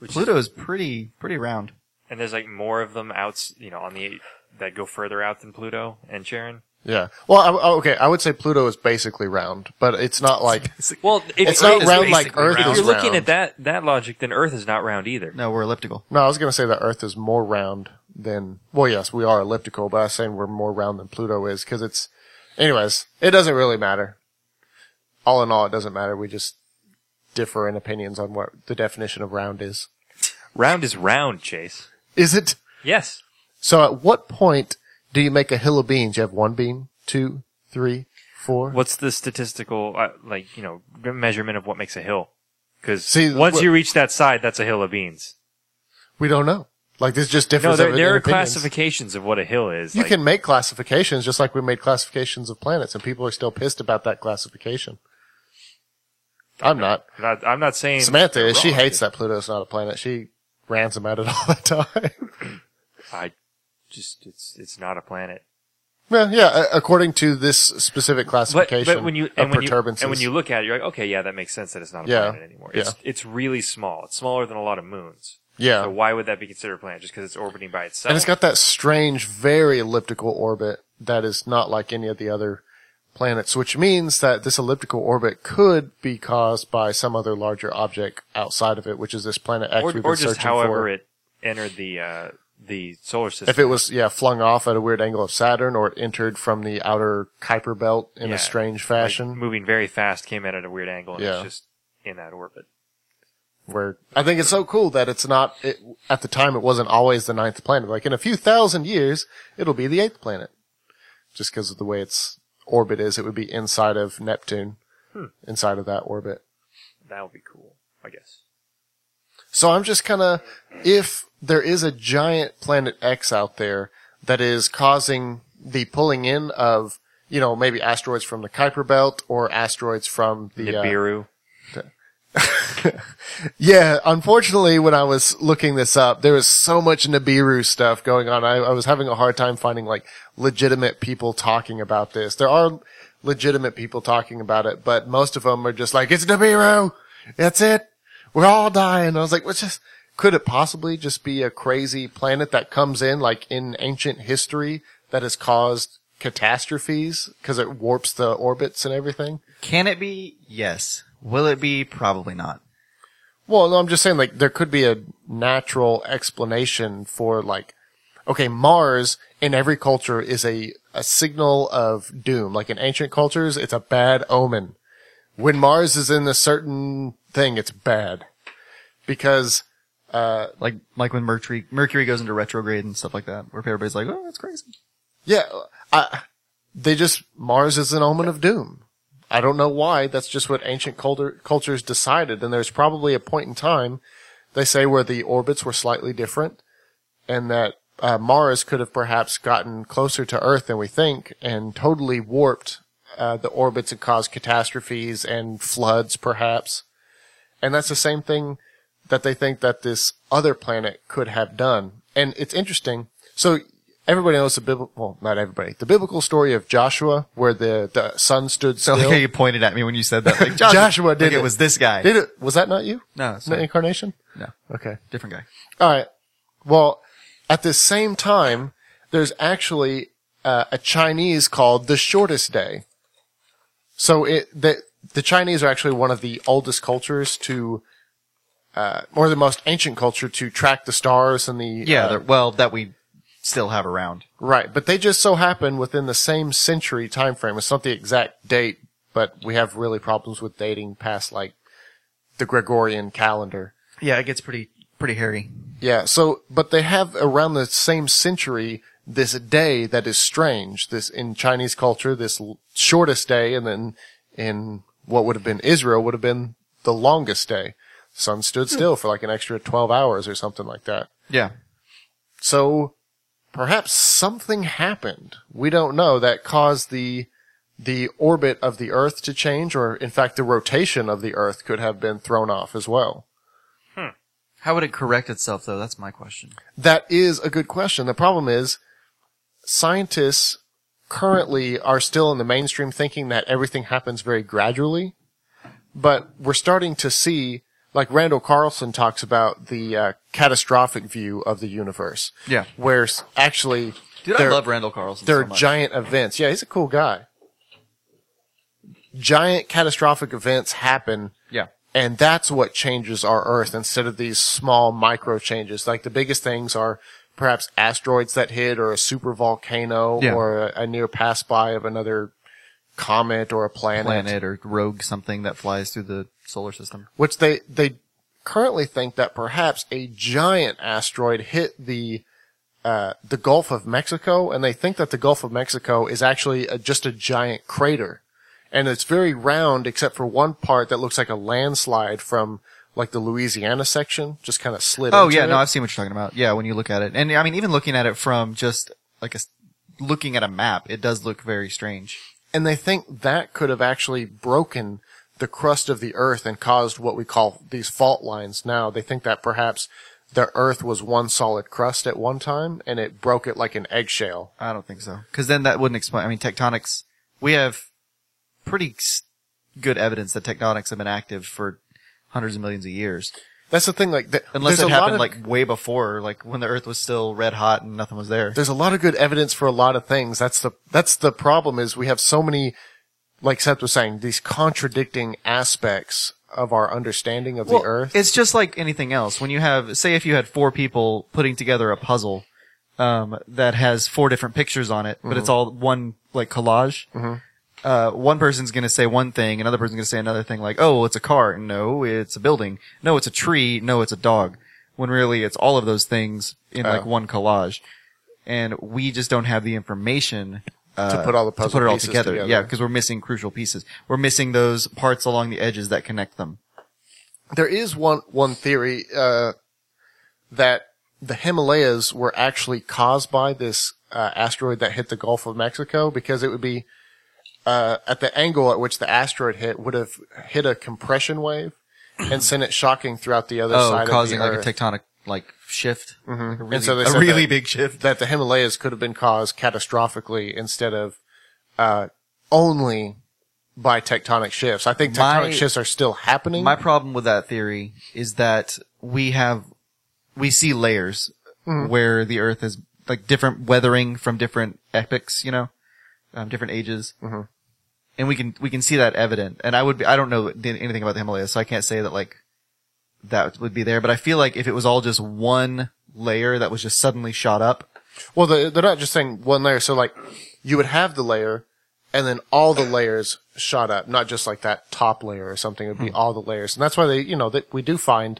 Which is-
Pluto's pretty pretty round.
and there's like more of them out, you know, on the that go further out than Pluto and Charon.
Yeah. Well, I, oh, okay. I would say Pluto is basically round, but it's not like
Well, if,
It's not
if-
round like
basically
Earth
If
is
you're looking
round.
at that that logic, then Earth is not round either.
No, we're elliptical.
no. I was gonna say that Earth is more round than well, yes, we are elliptical, but I was saying we're more round than Pluto is because it's. Anyways, it doesn't really matter. All in all, it doesn't matter. We just differ in opinions on what the definition of round is.
Round is round, Chase.
Is it?
Yes.
So at what point do you make a hill of beans? You have one bean, two, three, four.
What's the statistical uh, like you know g- measurement of what makes a hill? Because
See,
once
what-
you reach that side, that's a hill of beans.
We don't know. Like there's just
No,
difference.
there,
of-
there
in
are
opinions.
classifications of what a hill is.
You
like-
can make classifications just like we made classifications of planets, and people are still pissed about that classification. I'm not.
Not, I'm not saying
Samantha,
they're
she
wrong.
hates that Pluto's not a planet. She rants about it all the time.
I just it's it's not a planet.
well, yeah, a- according to this specific
But,
classification
but when you and
of
when you,
perturbances.
and when you look at it, you're like, okay, yeah, that makes sense that it's not a
Yeah.
planet anymore. It's, it's really small. It's smaller than a lot of moons.
yeah.
So why would that be considered a planet? Just because it's orbiting by itself?
And it's got that strange, very elliptical orbit that is not like any of the other planets, which means that this elliptical orbit could be caused by some other larger object outside of it, which is this planet X
or,
we've been
or just
searching
however
for.
it entered the uh, the solar system.
if it was, yeah, flung off at a weird angle of Saturn or it entered from the outer Kuiper belt in
Yeah.
a strange
Like,
fashion
moving very fast, came in at a weird angle, and
Yeah.
it's just in that orbit.
where I think it's so cool that it's not, it, at the time it wasn't always the ninth planet. Like in a few thousand years, it'll be the eighth planet. Just because of the way its orbit is, it would be inside of Neptune, inside of that orbit.
That would be cool, I guess.
So I'm just kind of, if there is a giant planet X out there that is causing the pulling in of, you know, maybe asteroids from the Kuiper Belt or asteroids from the, uh,
Nibiru.
Yeah, unfortunately, when I was looking this up, there was so much Nibiru stuff going on. I, I was having a hard time finding like legitimate people talking about this. There are legitimate people talking about it, but most of them are just like, it's Nibiru. That's it. We're all dying. I was like, what's just, could it possibly just be a crazy planet that comes in like in ancient history that has caused catastrophes because it warps the orbits and everything?
Can it be? Yes. Will it be? Probably not.
Well, no, I'm just saying, like, there could be a natural explanation for, like, okay, Mars in every culture is a, a signal of doom. Like, in ancient cultures, it's a bad omen. When Mars is in a certain thing, it's bad. Because,
Like like when Mercury Mercury goes into retrograde and stuff like that, where everybody's like, "Oh, that's crazy."
yeah, I, they just, Mars is an omen of doom. I don't know why. That's just what ancient culture, cultures decided. And there's probably a point in time, they say, where the orbits were slightly different and that uh, Mars could have perhaps gotten closer to Earth than we think and totally warped uh, the orbits and caused catastrophes and floods, perhaps. And that's the same thing that they think that this other planet could have done. And it's interesting. So everybody knows the biblical, well, not everybody, the biblical story of Joshua where the, the sun stood
I
still.
like how you pointed at me when you said that. Like Joshua,
Joshua did
like
it.
it. Was this guy?
Did it? Was that not you?
No, it's
Not
not.
incarnation.
No,
Okay.
different guy.
All right. Well, at the same time, there's actually uh, a Chinese called the Shortest Day. So it the the Chinese are actually one of the oldest cultures to, uh, or the most ancient culture to track the stars and the
Yeah.
uh,
they're- well, that we still have around.
Right, but they just so happen within the same century time frame. It's not the exact date, but we have really problems with dating past like the Gregorian calendar.
Yeah, it gets pretty pretty hairy.
Yeah, so but they have around the same century this day that is strange. This in Chinese culture, this l- shortest day, and then in what would have been Israel would have been the longest day. Sun stood still for like an extra twelve hours or something like that.
Yeah.
So perhaps something happened. We don't know that caused the the orbit of the Earth to change, or in fact, the rotation of the Earth could have been thrown off as well.
How would it correct itself though? That's my question.
That is a good question. The problem is scientists currently are still in the mainstream thinking that everything happens very gradually, but we're starting to see, like Randall Carlson talks about the uh, catastrophic view of the universe.
Yeah.
Where s- actually
Dude,
there-
I love Randall Carlson.
there
so
are
much.
giant events. Yeah, he's a cool guy. Giant catastrophic events happen,
Yeah.
and that's what changes our Earth instead of these small micro changes. Like the biggest things are perhaps asteroids that hit, or a super volcano,
Yeah.
or a, a near pass by of another comet or a planet.
Planet or rogue something that flies through the solar system.
Which they they currently think that perhaps a giant asteroid hit the. Uh, the Gulf of Mexico, and they think that the Gulf of Mexico is actually a, just a giant crater. and it's very round except for one part that looks like a landslide from like the Louisiana section, just kind of slid.
Oh
into
yeah, no,
it.
I've seen what you're talking about. Yeah, when you look at it, and I mean, even looking at it from just like a s- looking at a map, it does look very strange.
and they think that could have actually broken the crust of the Earth and caused what we call these fault lines. Now they think that perhaps the Earth was one solid crust at one time, and it broke it like an eggshell.
I don't think so, because then that wouldn't explain. I mean, tectonics. We have pretty s- good evidence that tectonics have been active for hundreds of millions of years,
That's the thing. Like, that,
unless
there's
it
a lot
happened
of-
like way before, like when the Earth was still red hot and nothing was there.
there's a lot of good evidence for a lot of things. That's the that's the problem is we have so many, like Seth was saying, these contradicting aspects of our understanding of the Earth.
It's just like anything else. When you have, say, if you had four people putting together a puzzle um, that has four different pictures on it,
Mm-hmm.
but it's all one like collage. Uh, one person's gonna say one thing, another person's gonna say another thing, like, "Oh, well, it's a car." No, it's a building. No, it's a tree. No, it's a dog. When really, it's all of those things in
Oh.
like one collage, and we just don't have the information uh,
To put all the puzzle
to put it all
pieces
together.
together.
Yeah, because we're missing crucial pieces. We're missing those parts along the edges that connect them.
there is one one theory uh, that the Himalayas were actually caused by this uh, asteroid that hit the Gulf of Mexico because it would be uh, at the angle at which the asteroid hit would have hit a compression wave and sent it shocking throughout the other
oh,
side
causing
of the
like
Earth. Mm-hmm.
a tectonic like shift, like a really,
so they
a
said
really
that-
big shift.
that the Himalayas could have been caused catastrophically instead of uh, only by tectonic shifts. I think tectonic
My-
shifts are still happening.
My problem with that theory is that we have we see layers
Mm-hmm.
where the Earth is like different weathering from different epochs, you know, um, different ages, mm-hmm. and we can we can see that evident. And I would be, I don't know the- anything about the Himalayas, so I can't say that like that would be there. But I feel like if it was all just one layer that was just suddenly shot up,
well, they- they're not just saying one layer. So like, you would have the layer, and then all the layers shot up, not just like that top layer or something. It would be
Hmm.
all the layers, and that's why they, you know, that we do find,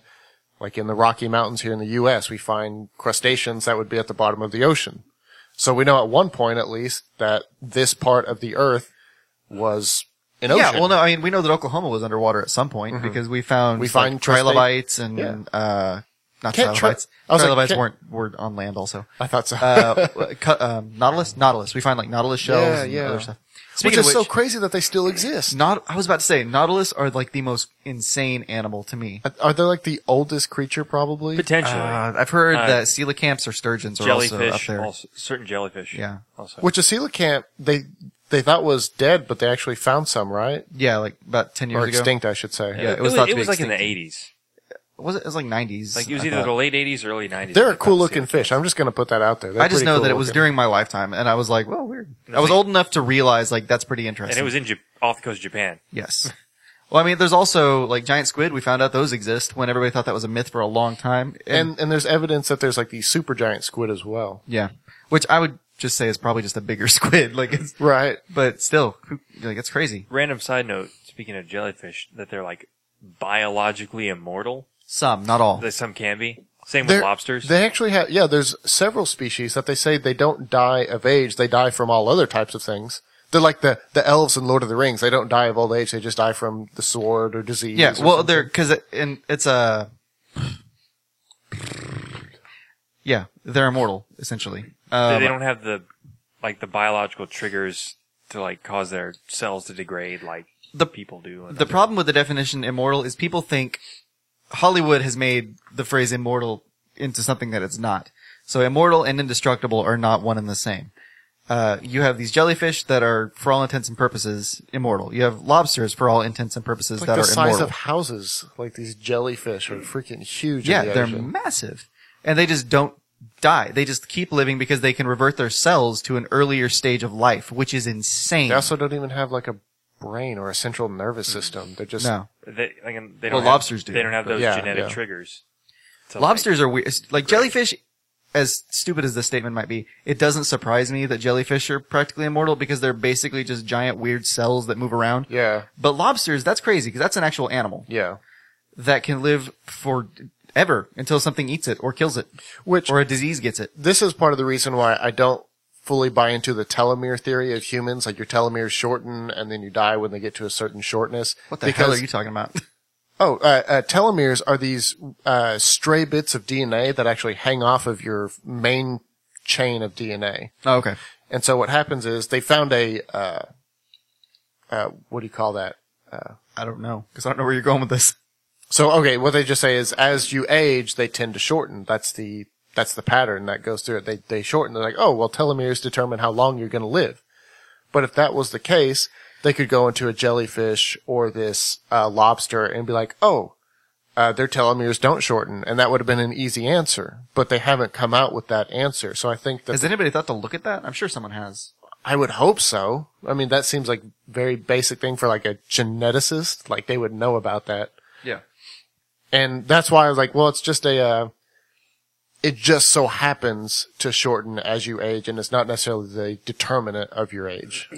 like in the Rocky Mountains here in the U.S., we find crustaceans that would be at the bottom of the ocean. So we know at one point, at least, that this part of the Earth was an ocean. Mm-hmm.
Yeah, well, no, I mean, we know that Oklahoma was underwater at some point because we found
We find crust-
trilobites and
Yeah.
uh, not
Can't tri-
trilobites.
I was like,
trilobites
can't-
weren't were on land also.
I thought so.
Uh, cu- um, nautilus, nautilus. We find like nautilus shells
Yeah,
and
yeah.
other stuff.
which
Speaking
is
of
so
which,
crazy that they still exist.
not I was about to say nautilus are like the most insane animal to me.
Are they like the oldest creature? Probably.
Potentially,
Uh, I've heard
Uh,
that coelacanths or sturgeons are also up
jellyfish,
there.
also- certain jellyfish.
Yeah.
Also,
Which a coelacanth they they thought was dead, but they actually found some, right?
Yeah, like about ten years
Or
ago.
extinct, I should say.
Yeah, it
it
was
was,
thought to
it
be
was like in the
extinct.
'80s.
Was it? It was like nineties.
Like it was either the late '80s or early '90s.
They're
when
a
they found
cool looking
coelacanth.
fish. I'm just gonna put that out there. They're
I just
pretty
know
cool
that it was
looking.
during my lifetime, and I was like, "Well, weird." I was
like-
old enough to realize, like, that's pretty interesting.
and it was in Jap off the coast of Japan.
Yes. Well, I mean, there's also like giant squid. We found out those exist when everybody thought that was a myth for a long time.
and and there's evidence that there's like these super giant squid as well.
yeah, which I would just say is probably just a bigger squid. Like, it's,
Right.
but still, who- like it's crazy.
Random side note: Speaking of jellyfish, that they're like biologically immortal.
Some, not all.
That some can be. Same
They're-
with lobsters.
They actually have yeah, there's several species that they say they don't die of age, they die from all other types of things. They're like the, the elves in Lord of the Rings. They don't die of old age. They just die from the sword or disease. or
Yeah. Well,
something.
they're because it, and it's a. Yeah, they're immortal essentially.
They-
Um,
they don't have the like the biological triggers to like cause their cells to degrade like
The-
people do. and
the problem with the definition immortal is people think Hollywood has made the phrase immortal into something that it's not. So immortal and indestructible are not one and the same. uh, you have these jellyfish that are, for all intents and purposes, immortal. You have lobsters, for all intents and purposes,
Like
that
the
are
size
immortal.
of houses, like these jellyfish are freaking huge.
yeah,
in the
they're
ocean.
massive, and they just don't die. They just keep living because they can revert their cells to an earlier stage of life, which is insane.
They also don't even have like a brain or a central nervous system. They're just
no,
They, like, and they
Well,
don't have,
lobsters do,
They don't have
but-
those
Yeah,
genetic
yeah.
triggers. to, like-
lobsters are weird. It's- Like jellyfish, as stupid as this statement might be, it doesn't surprise me that jellyfish are practically immortal because they're basically just giant weird cells that move around.
Yeah,
But lobsters, that's crazy because that's an actual animal
yeah.
that can live for ever until something eats it or kills it
Which
or a disease gets it.
this is part of the reason why I don't fully buy into the telomere theory of humans. Like your telomeres shorten and then you die when they get to a certain shortness.
What the
because,
hell are you talking about?
Oh, uh, uh, telomeres are these uh, stray bits of DNA that actually hang off of your main chain of DNA.
oh, okay.
And so what happens is they found a uh, uh, what do you call that?
I don't know because I don't know where you're going with this.
So okay, what they just say is as you age, they tend to shorten. That's the that's the pattern that goes through it. They they shorten. They're like, oh well, telomeres determine how long you're going to live. But if that was the case, they could go into a jellyfish or this uh, lobster and be like, oh, uh, their telomeres don't shorten, and that would have been an easy answer. But they haven't come out with that answer. So I think that
Has anybody thought to look at that? I'm sure someone has.
I would hope so. I mean, that seems like very basic thing for like a geneticist. Like they would know about that.
Yeah.
And that's why I was like, well, it's just a, uh, it just so happens to shorten as you age, and it's not necessarily the determinant of your age.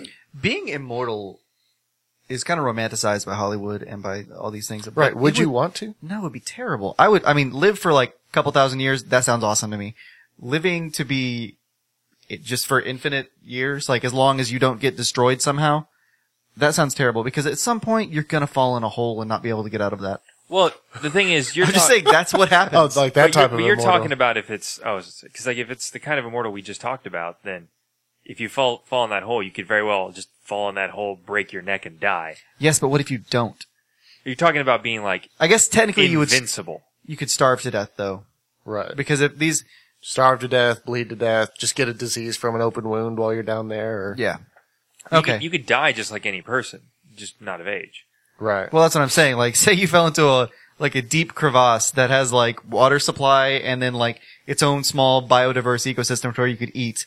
Being immortal is kind of romanticized by Hollywood and by all these things. but
Right. Would
it
you want to?
No, it'd be terrible. I would. I mean, live for like a couple thousand years. That sounds awesome to me. Living to be it, just for infinite years, like as long as you don't get destroyed somehow. That sounds terrible because at some point you're gonna fall in a hole and not be able to get out of that.
Well, the thing is, you're
I'm just
talk-
saying that's what
Oh,
happens.
like that
but you're,
type of
but you're
immortal.
talking about if it's oh, because like if it's the kind of immortal we just talked about, then if you fall fall in that hole, you could very well just fall in that hole, break your neck, and die.
yes, but what if you don't?
You're talking about being like
I guess technically you would s-
invincible.
you could starve to death though
right.
because if these
Starve to death, bleed to death, just get a disease from an open wound while you're down there. Or,
yeah
You
okay
could, you could die just like any person, just not of age.
Right.
well that's what I'm saying like say you fell into a like a deep crevasse that has like water supply and then like its own small biodiverse ecosystem to where you could eat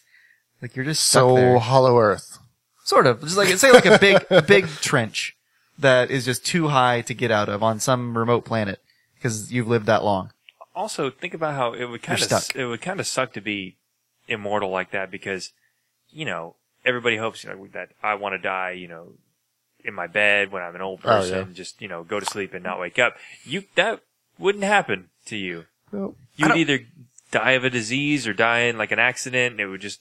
like you're just stuck
so
there.
Hollow Earth.
sort of just like say like a big a big trench that is just too high to get out of on some remote planet because you've lived that long
also think about how it would kind
You're
of
stuck.
it would kind of suck to be immortal like that because you know everybody hopes you know, that I want to die you know in my bed when I'm an old
Oh, yeah.
person just you know go to sleep and not wake up you that wouldn't happen to you
Nope.
you'd either die of a disease or die in like an accident it would just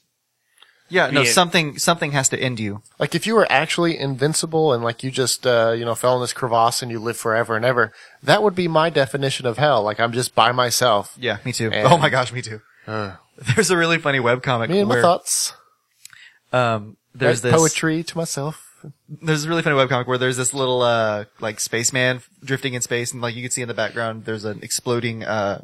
yeah no
Yeah.
something something has to end you
Like if you were actually invincible and like you just uh, you know fell in this crevasse and you live forever and ever, that would be my definition of hell. Like I'm just by myself.
yeah me too
And-
oh my gosh me too there's a really funny webcomic
Me and my
where
thoughts.
um there's
Write
this
poetry to myself.
there's a really funny webcomic where there's this little uh like spaceman drifting in space and like you can see in the background there's an exploding uh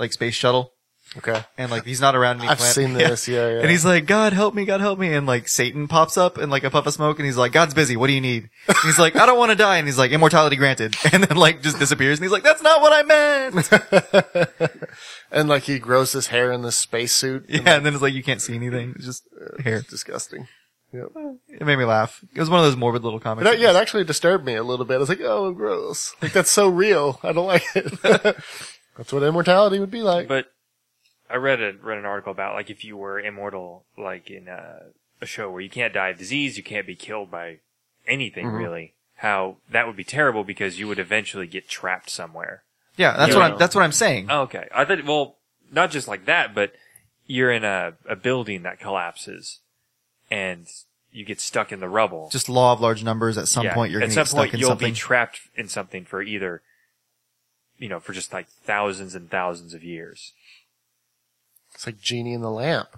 like space shuttle
Okay.
and like he's not around any
I've
planet.
seen this, yeah, yeah.
And he's like, God help me, God help me. And like Satan pops up in like a puff of smoke and he's like, God's busy. What do you need? And he's like, I don't want to die. And he's like, immortality granted. And then like just disappears. And he's like, that's not what I meant.
And like he grows his hair in this spacesuit.
yeah. And then it's like, you can't see anything. It's just hair.
Disgusting. Yep.
It made me laugh. It was one of those morbid little comics.
But yeah, it actually disturbed me a little bit. I was like, oh, gross. Like that's so real. I don't like it. that's what immortality would be like.
but I read a read an article about like if you were immortal like in a, a show where you can't die of disease you can't be killed by anything
Mm-hmm.
really how that would be terrible because you would eventually get trapped somewhere
yeah. That's
You
what
know.
I'm, that's what I'm saying.
Okay. I thought, well, not just like that, but you're in a, a building that collapses and you get stuck in the rubble.
just law of large numbers. At some
Yeah.
point, you're
At
going to
some
get
point,
stuck in
you'll
something.
be trapped in something for either, you know, for just like thousands and thousands of years.
it's like genie in the lamp.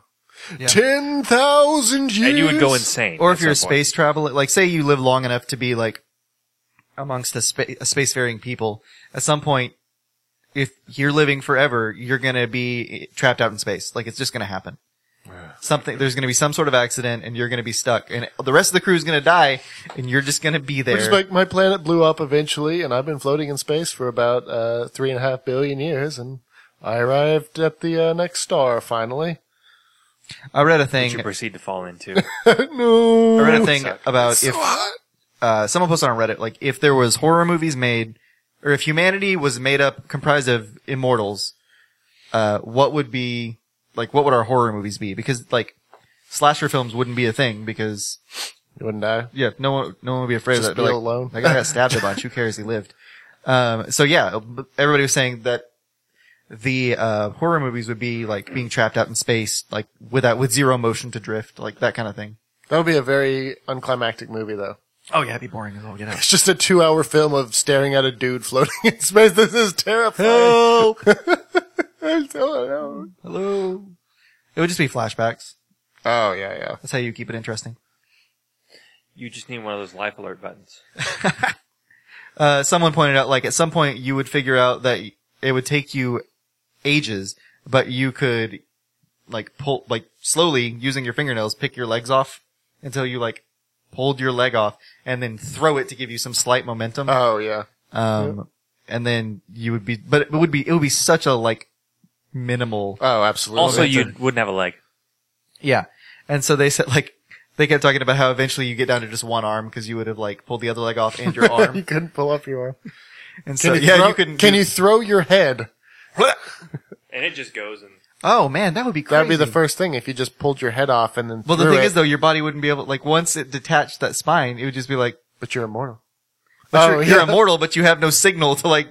Yeah.
Ten thousand years.
And you would go insane.
or
at
if you're a
some point.
space traveler, like say you live long enough to be like amongst the spa- spacefaring people, at some point, eh, if you're living forever, you're gonna be trapped out in space. Like it's just gonna happen. something there's going to be some sort of accident and you're going to be stuck and the rest of the crew is going to die and you're just going to be there
Which is like my planet blew up eventually, and I've been floating in space for about uh, three and a half billion years, and I arrived at the uh, next star finally.
i read a
Which
thing
you proceed to fall into.
no,
i read a thing about
So
if
hot.
uh, someone posted on reddit like if there was horror movies made or if humanity was made up comprised of immortals uh, what would be like what would our horror movies be because like slasher films wouldn't be a thing because
You wouldn't die.
Yeah, no one, no one would be afraid
Just
of that. Be
feel
like,
alone.
That guy got stabbed a bunch. Who cares? He lived. Um, so yeah, everybody was saying that the uh, horror movies would be like being trapped out in space, like without with zero motion to drift, like that kind of thing.
That would be a very unclimactic movie, though.
Oh yeah, that'd be boring as all get out.
It's just a two-hour film of staring at a dude floating in space. This is terrifying.
Help!
I don't know.
Hello. It would just be flashbacks.
Oh yeah, yeah.
That's how you keep it interesting.
you just need one of those life alert buttons.
Uh, someone pointed out, like at some point you would figure out that it would take you ages, but you could like pull, like slowly using your fingernails, pick your legs off until you like pulled your leg off and then throw it to give you some slight momentum.
Oh yeah.
um, and then you would be, but it would be, it would be such a like minimal.
Oh, absolutely.
Also, you wouldn't have a leg.
Yeah. And so they said like, they kept talking about how eventually you get down to just one arm because you would have like pulled the other leg off and your
you
arm.
couldn't pull up your arm.
And so
Can you
yeah,
throw,
you couldn't.
Can
do-
you throw your head?
And it just goes and
Oh man, that would be crazy.
That'd be the first thing if you just pulled your head off and then.
Well, the
threw
thing
it,
is though, your body wouldn't be able, like, once it detached that spine, it would just be like,
but you're immortal.
but you're, you're
Oh, yeah.
immortal, but you have no signal to, like,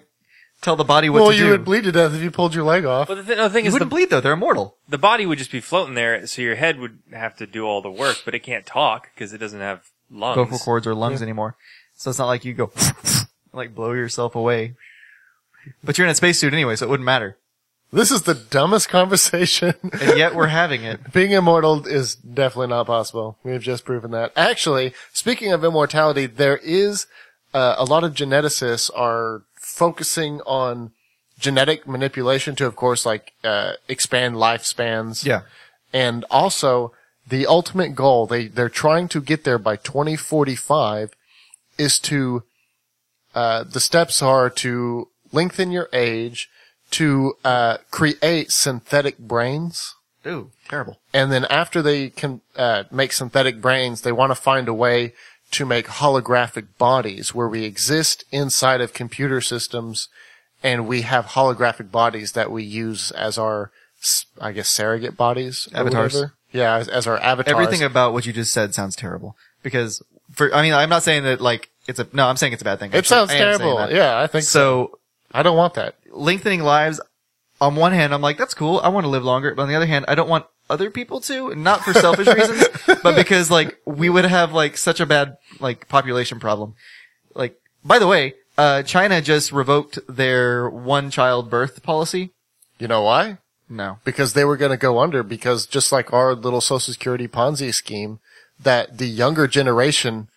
tell the body what
Well,
to
you
do.
would bleed to death if you pulled your leg off.
But the, th- no, the thing
you
is,
wouldn't
the,
bleed though, they're immortal.
the body would just be floating there, so your head would have to do all the work, but it can't talk because it doesn't have lungs.
Vocal cords or lungs anymore. So it's not like you go, like, blow yourself away. But you're in a spacesuit anyway, so it wouldn't matter.
This is the dumbest conversation.
And yet we're having it.
Being immortal is definitely not possible. We have just proven that. Actually, speaking of immortality, there is uh, a lot of geneticists are focusing on genetic manipulation to, of course, like uh, expand lifespans.
Yeah.
and also the ultimate goal they they're trying to get there by 2045 is to uh, the steps are to lengthen your age to uh, create synthetic brains
Ooh, terrible.
and then after they can uh, make synthetic brains they want to find a way to make holographic bodies where we exist inside of computer systems and we have holographic bodies that we use as our s- i guess surrogate bodies or
Avatars.
whatever. yeah as, as our avatars
Everything about what you just said sounds terrible. Because, for, I mean, I'm not saying that, like, it's a, no, I'm saying it's a bad thing.
it sounds
I am saying
terrible
that.
yeah i think so
So,
i don't want that
lengthening lives. On one hand, I'm like, that's cool. I want to live longer. But on the other hand, I don't want other people to, and not for selfish reasons, but because like we would have like such a bad like population problem. Like, by the way, uh, China just revoked their one child birth policy.
you know why
No.
because they were going to go under because just like our little social security ponzi scheme that the younger generation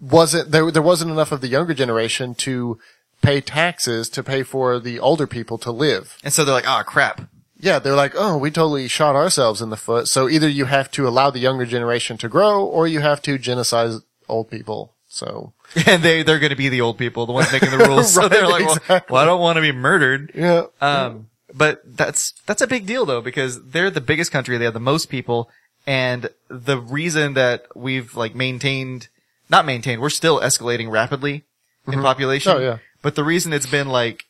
wasn't there there wasn't enough of the younger generation to pay taxes to pay for the older people to live.
And so they're like, ah, crap.
Yeah, they're like, "Oh, we totally shot ourselves in the foot." So either you have to allow the younger generation to grow or you have to genocide old people. So
And they, they're going to be the old people, the ones making the rules. so
Right,
they're like, well,
exactly.
well, I don't want to be murdered.
yeah,
Um, but that's that's a big deal though because they're the biggest country. They have the most people, and the reason that we've like maintained, not maintained, we're still escalating rapidly in population.
Oh, yeah.
But the reason it's been like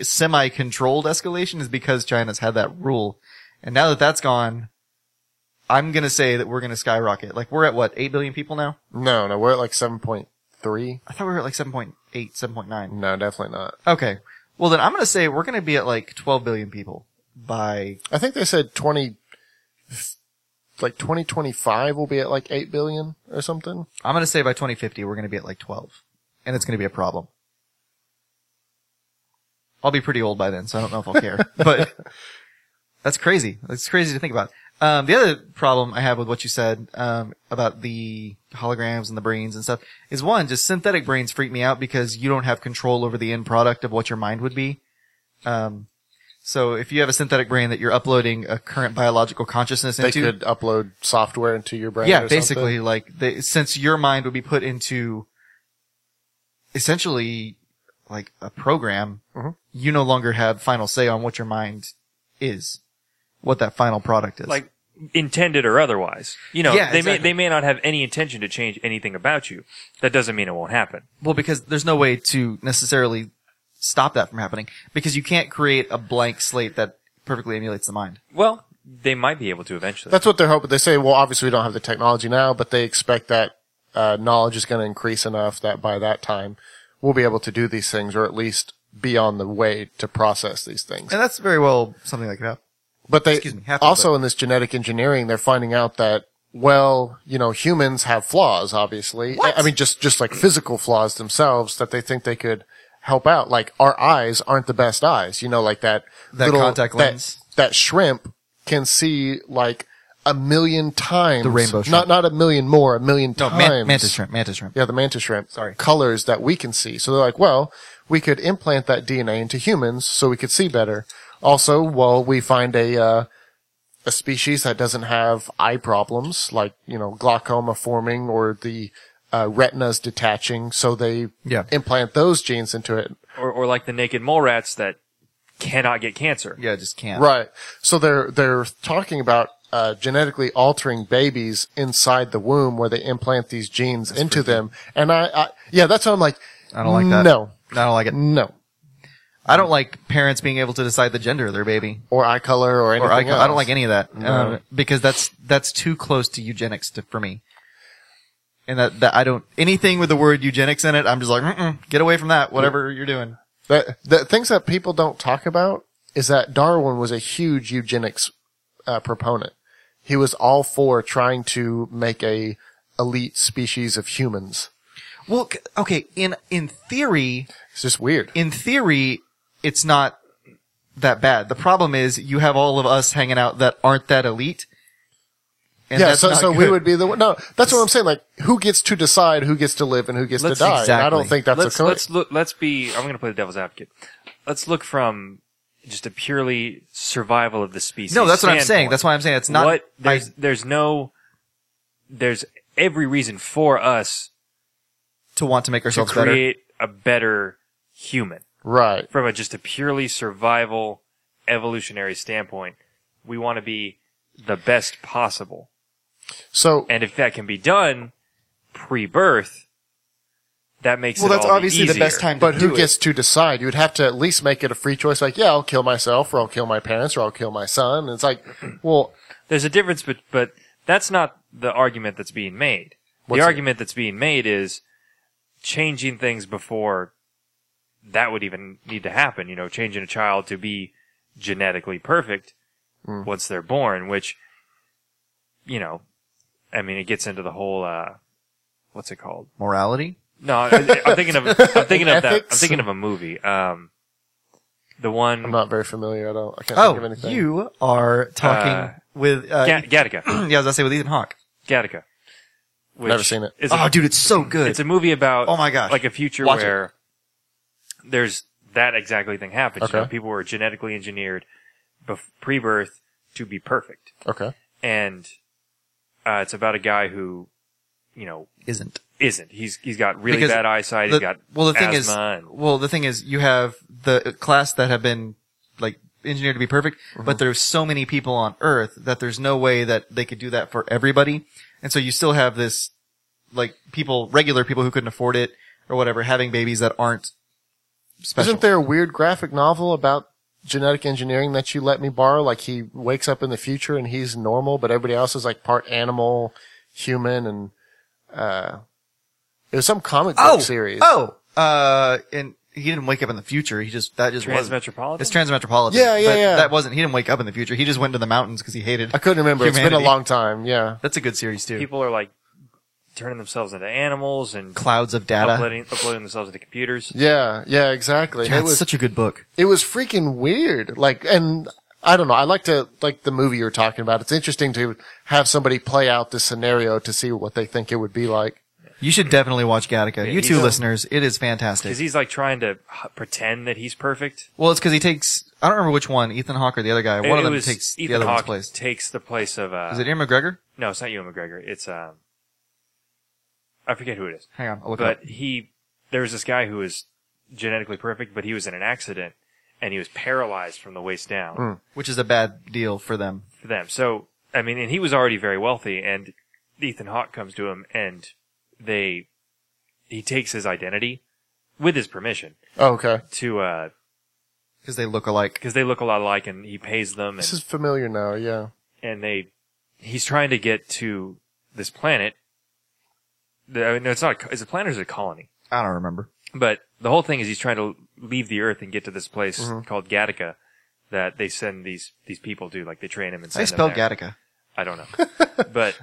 semi-controlled escalation is because China's had that rule, and now that that's gone, I'm gonna say that we're gonna skyrocket. Like we're at what eight billion people now?
no, no, we're at like 7.3.
I thought we were at like 7.8, 7.9.
No, definitely not.
Okay. Well then, I'm gonna say we're gonna be at like 12 billion people by
I think they said 20, like 2025 will be at like 8 billion or something.
I'm going to say by 2050, we're going to be at like 12. And it's going to be a problem. I'll be pretty old by then, so I don't know if I'll care. but that's crazy. That's crazy to think about. Um, the other problem I have with what you said um, about the holograms and the brains and stuff is one, just synthetic brains freak me out because you don't have control over the end product of what your mind would be. Um, So if you have a synthetic brain that you're uploading a current biological consciousness
They
into,
could upload software into your brain.
yeah,
or something.
basically, like they, since your mind would be put into essentially like a program,
Mhm.
you no longer have final say on what your mind is, what that final product is.
like intended or otherwise. You know,
Yeah,
they may
exactly.
they may not have any intention to change anything about you. That doesn't mean it won't happen.
well, because there's no way to necessarily stop that from happening because you can't create a blank slate that perfectly emulates the mind.
Well, they might be able to eventually.
That's what they're hoping. They say, well, obviously we don't have the technology now, but they expect that uh, knowledge is going to increase enough that by that time we'll be able to do these things, or at least be on the way to process these things.
And that's very well something like that.
But they
Excuse me, happy,
also in this genetic engineering, they're finding out that well, you know, humans have flaws, obviously. I- I mean, just just like physical flaws themselves that they think they could help out. Like our eyes aren't the best eyes, you know, like that
That
little,
contact
that-
lens.
That, shrimp can see like a million times
The rainbow shrimp.
Not not a million more, a million
No,
times.
man- mantis shrimp, mantis shrimp.
Yeah, the mantis shrimp.
Sorry.
Colors that we can see. So they're like, well, we could implant that DNA into humans so we could see better. Also, well, we find a, uh, a species that doesn't have eye problems, like, you know, glaucoma forming or the, uh, retinas detaching. So they
Yeah.
implant those genes into it.
or, or like the naked mole rats that cannot get cancer.
Yeah, just can't.
Right. So they're, they're talking about, uh, genetically altering babies inside the womb where they implant these genes into them. And I, I, yeah, that's how I'm like,
I don't like that.
No,
I don't like it.
no.
I don't like parents being able to decide the gender of their baby.
or eye color or anything
Or I, I don't like
else.
any of that um, because that's that's too close to eugenics to, for me. And that, that I don't anything with the word eugenics in it. I'm just like, Mm-mm, get away from that. Whatever you're doing.
The, the things that people don't talk about is that Darwin was a huge eugenics uh, proponent. He was all for trying to make a elite species of humans.
Well, c- okay. In in theory,
It's just weird.
in theory, it's not that bad. The problem is you have all of us hanging out that aren't that elite. And
yeah,
that's
so
not
so we
good.
would be the no. That's what I'm saying. Like, who gets to decide who gets to live and who gets
Let's-
to die? And I
exactly.
don't think that's
let's
a co-
let's look. Let's be. I'm going to play the devil's advocate. Let's look from just a purely survival of the species.
No, that's what I'm saying.
standpoint.
That's why I'm saying it's not.
what
I-
there's there's no there's every reason for us
to want to make
to
ourselves better.
create a better human
right.
from a just a purely survival evolutionary standpoint. We want to be the best possible.
So
And if that can be done pre-birth, that makes
Well,
it
that's
all the
obviously the
easier.
best time to
But
do
who
it.
gets to decide? You would have to at least make it a free choice. Like, yeah, I'll kill myself, or I'll kill my parents, or I'll kill my son. And it's like, well,
There's a difference, but but that's not the argument that's being made.
What's it?
the argument that's being made is changing things before that would even need to happen. You know, changing a child to be genetically perfect
Hmm.
once they're born, which you know, I mean, it gets into the whole uh, what's it called?
morality.
No, I, I'm thinking of I'm thinking of that. I'm
Ethics?
thinking of a movie. Um, the
I'm
one
not very familiar. I don't. I can't think of
Oh,
anything.
you are talking
Uh,
with uh,
Ga-
Ethan-
Gattaca.
yeah, I was gonna say with Ethan Hawke.
Gattaca. Which
Never seen it.
is a-
Oh, dude, it's so good.
It's a movie about
Oh my gosh.
like a future
Watch it.
where there's that exactly thing happens. You know,
Okay.
people were genetically engineered bef- pre-birth to be perfect,
Okay.
and uh, it's about a guy who, you know,
Isn't
isn't. He's he's got really
Because
bad eyesight.
The-
he's got
well, the thing is,
asthma and-
well, the thing is, you have the class that have been like engineered to be perfect,
Mm-hmm.
but there's so many people on Earth that there's no way that they could do that for everybody, and so you still have this like people, regular people who couldn't afford it or whatever, having babies that aren't special.
Isn't there a weird graphic novel about genetic engineering that you let me borrow? Like he wakes up in the future and he's normal, but everybody else is like part animal, human, and uh, it was some comic book
oh,
series.
oh, uh, and he didn't wake up in the future. He just that just wasn't.
Transmetropolitan?
It's Transmetropolitan.
Yeah, yeah,
but
yeah.
That wasn't. He didn't wake up in the future. He just went to the mountains because he hated.
I couldn't remember. It's been
Humanity.
a long time. Yeah.
That's a good series too.
people are like turning themselves into animals and
Clouds of Data.
uploading uploading themselves into computers.
Yeah. Yeah. Exactly.
That's
it was
such a good book.
it was freaking weird. Like, and I don't know. I like to like the movie you're talking about. It's interesting to have somebody play out this scenario to see what they think it would be like.
You should definitely watch Gattaca. you
he's
two
a-
listeners, it is
Because
fantastic.
he's like trying to h- pretend that he's perfect.
Well, it's because he takes I don't remember which one, Ethan Hawke or the other guy. One
It-
of
it
them
was
takes the
Ethan
other
Hawke
one's place.
Takes the place of uh,
Is it Ian McGregor?
no, it's not Ewan McGregor. It's um, I forget who it is.
Hang on, I'll look it up.
but he there was this guy who was genetically perfect, but he was in an accident and he was paralyzed from the waist down
Mm.
Which is a bad deal for them.
for them. So I mean, and he was already very wealthy, and Ethan Hawke comes to him and they he takes his identity with his permission
Oh, okay.
to uh
Because they look alike.
because they look a lot alike and he pays them
This
and,
is familiar now. Yeah.
and they he's trying to get to this planet The- I mean, no it's not a co- is a planet or is it a colony
I don't remember.
But the whole thing is he's trying to leave the Earth and get to this place
Mm-hmm.
called Gattaca that they send these these people to. Like they train him and
How do
send
you spell
him there.
Gattaca?
I don't know, but
I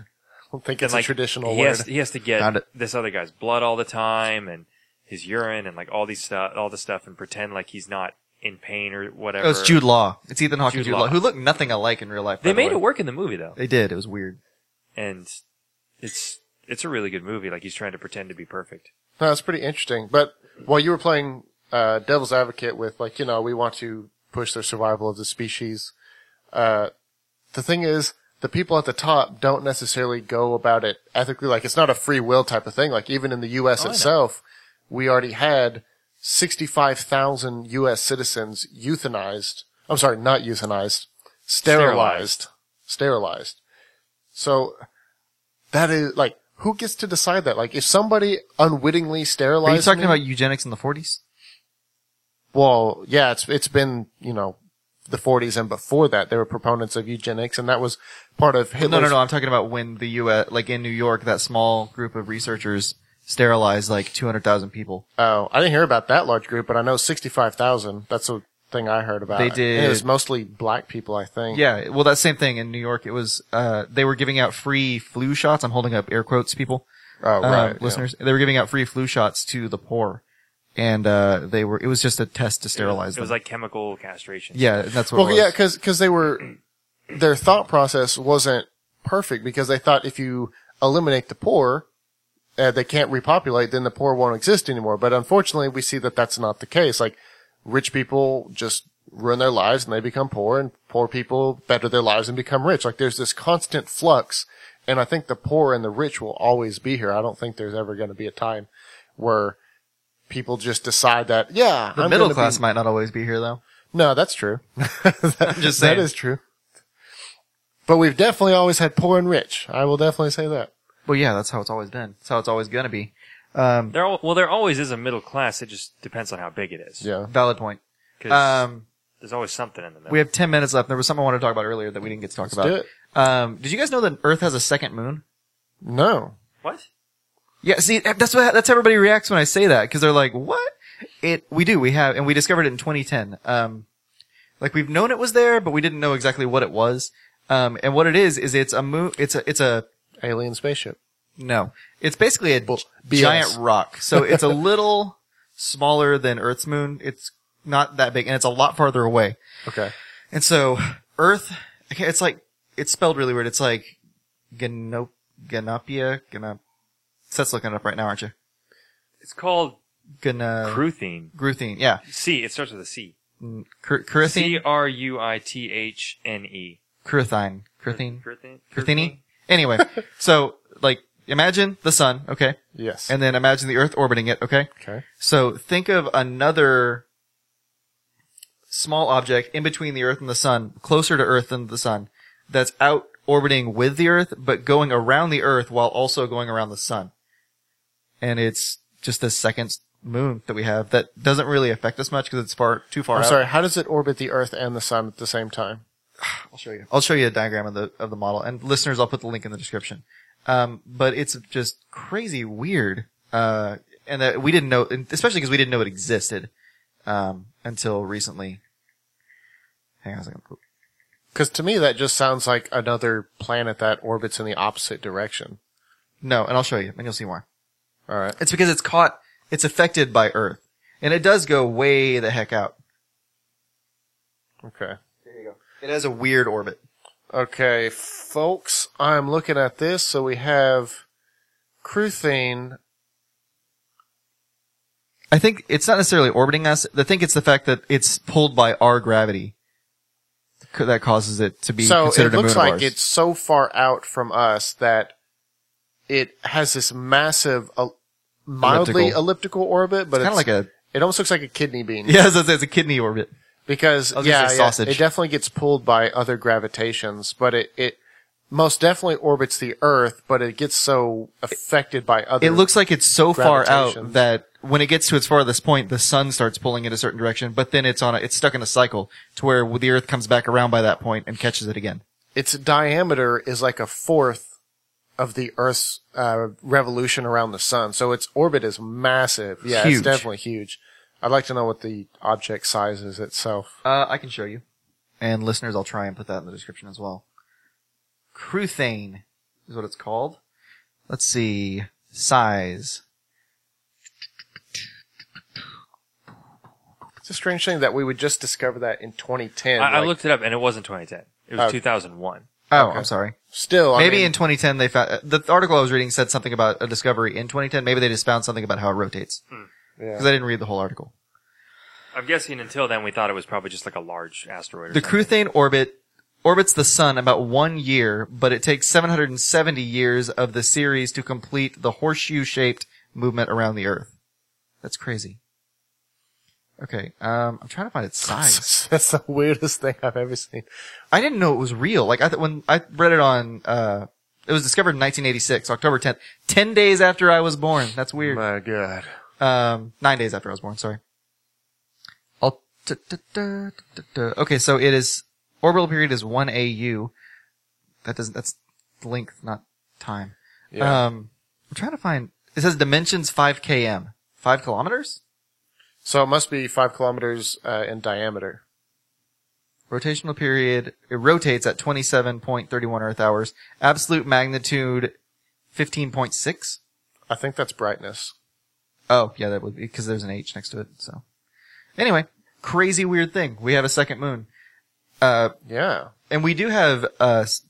don't think
and
it's
like
a traditional
he
word.
has he has to
Found
get
it.
this other guy's blood all the time and his urine and like all these stuff, all the stuff, and pretend like he's not in pain or whatever.
Oh, it's Jude Law. It's Ethan Hawke
Jude
and Jude
Law.
Law, who look nothing alike in real life. by
They
the
made
way.
it work in the movie though,
They did. It was weird.
and it's it's a really good movie. Like he's trying to pretend to be perfect.
No, that's pretty interesting. But while you were playing uh, devil's advocate with like, you know, we want to push the survival of the species, uh, the thing is, the people at the top don't necessarily go about it ethically. Like, it's not a free will type of thing. Like, even in the U.S.
Oh, know.
itself, we already had 65,000 U.S. citizens euthanized. I'm sorry, not euthanized, sterilized, sterilized. So that is like, who gets to decide that? Like, if somebody unwittingly sterilized,
Are you talking
me-
about eugenics in the 40s?
Well, yeah, it's it's been you know the 40s and before that there were proponents of eugenics, and that was part of Hitler's.
No, no, no. I'm talking about when the U.S., like in New York, that small group of researchers sterilized like 200,000 people.
Oh, I didn't hear about that large group, but I know 65,000. That's the thing I heard about.
They
And It
did-
was mostly black people, I think.
Yeah, well, that same thing in New York. It was uh, they were giving out free flu shots. I'm holding up air quotes, people,
Oh,
uh,
right. yeah.
listeners. They were giving out free flu shots to the poor, and uh, they were. It was just a test to sterilize
It was
them.
like chemical castration.
yeah, that's what.
Well,
it was.
yeah, because they were their thought process wasn't perfect because they thought if you eliminate the poor, uh, they can't repopulate, then the poor won't exist anymore. But unfortunately, we see that that's not the case. Like rich people just ruin their lives and they become poor, and poor people better their lives and become rich. Like there's this constant flux, and I think the poor and the rich will always be here. I don't think there's ever going to be a time where people just decide that yeah,
the
I'm
middle
gonna
class
Be,
might not always be here though.
no, that's true. that,
just
that
saying.
is true. But we've definitely always had poor and rich. I will definitely say that.
Well, yeah, that's how it's always been. That's how it's always gonna be. Um,
There, al- well, there always is a middle class. It just depends on how big it is.
Yeah.
valid point.
'Cause
Um,
there's always something in the middle.
we have ten minutes left. There was something I wanted to talk about earlier that we didn't get to talk
Let's
about.
do it.
Um, did you guys know that Earth has a second moon?
No.
what?
Yeah, see, that's what that's how everybody reacts when I say that because they're like, "What?" It we do we have and we discovered it in 2010. Um, like we've known it was there, but we didn't know exactly what it was. Um, and what it is is it's a moon. It's a it's a
Alien spaceship.
no. It's basically a
BS.
giant rock. So it's a little smaller than Earth's moon. It's not that big, and it's a lot farther away.
Okay.
And so Earth, okay, it's like it's spelled really weird. It's like Ganop Ganopia Ganop. Seth's looking it up right now, aren't you?
It's called
Gonna
Cruthine.
Gruthine, yeah.
C. It starts with a C.
Cur-
C
Curuthine?
R U I T H N E.
Curuthine. Curuthine?
Curuthine.
Curuthine? Anyway, so, like, imagine the sun, okay?
Yes.
And then imagine the Earth orbiting it, okay?
okay.
So think of another small object in between the Earth and the sun, closer to Earth than the sun, that's out orbiting with the Earth, but going around the Earth while also going around the sun. And it's just this second moon that we have that doesn't really affect us much because it's far too far
I'm
out.
sorry. How does it orbit the Earth and the Sun at the same time?
I'll show you. I'll show you a diagram of the of the model, and listeners, I'll put the link in the description. Um, but it's just crazy weird, uh, and that we didn't know, and especially because we didn't know it existed um, until recently. Hang on a second.
Because to me, that just sounds like another planet that orbits in the opposite direction.
No, and I'll show you, and you'll see why.
All right.
It's because it's caught, it's affected by Earth, and it does go way the heck out.
Okay.
It has a weird orbit.
Okay, folks, I'm looking at this. So we have Cruthine.
I think it's not necessarily orbiting us. I think it's the fact that it's pulled by our gravity c- that causes it to be
so it
considered a moon
looks
of
like
ours.
it's so far out from us that it has this massive, uh, mildly
Elliptical.
elliptical, orbit, but
kind
it's,
of like a
it almost looks like a kidney bean.
yeah, it's, it's a kidney orbit.
Because
I was gonna
yeah,
say
yeah,
sausage.
it definitely gets pulled by other gravitations, but it, it most definitely orbits the Earth, but it gets so affected by other.
It looks like it's so far out
Gravitation.
that when it gets to its farthest point, the sun starts pulling in a certain direction, but then it's on a, it's stuck in a cycle to where the Earth comes back around by that point and catches it again.
its diameter is like a fourth of the Earth's uh, revolution around the sun. So its orbit is massive. Yeah,
Huge.
it's definitely huge. I'd like to know what the object size is itself.
Uh, I can show you. And listeners, I'll try and put that in the description as well. Cruthane is what it's called. Let's see. Size.
It's a strange thing that we would just discover that in 2010.
I, I
like,
looked it up and it wasn't 2010. It was
Oh.
2001.
Oh,
Okay.
I'm sorry.
Still, I
Maybe
mean,
in 2010 they found, uh, the article I was reading said something about a discovery in 2010. Maybe they just found something about how it rotates.
yeah.
Because I didn't read the whole article.
I'm guessing until then we thought it was probably just like a large asteroid. Or
The
something.
Cruthane orbit orbits the sun about one year, but it takes 770 years of the series to complete the horseshoe-shaped movement around the Earth. That's crazy. Okay, um, I'm trying to find its size.
that's the weirdest thing I've ever seen.
I didn't know it was real. Like I th- when I read it on, uh, it was discovered in 1986, October 10th, 10 days after I was born. That's weird.
My God.
Um, nine days after I was born. Sorry. I'll, duh, duh, duh, duh, duh. Okay, so it is orbital period is one AU. That doesn't. That's length, not time.
Yeah.
Um, I'm trying to find. It says dimensions five km, five kilometers.
so it must be five kilometers uh, in diameter.
Rotational period. It rotates at 27.31 Earth hours. Absolute magnitude, 15.6.
I think that's brightness.
Oh, yeah, that would be because there's an H next to it. So, anyway, crazy weird thing. We have a second moon. Uh,
Yeah.
and we do have uh, s-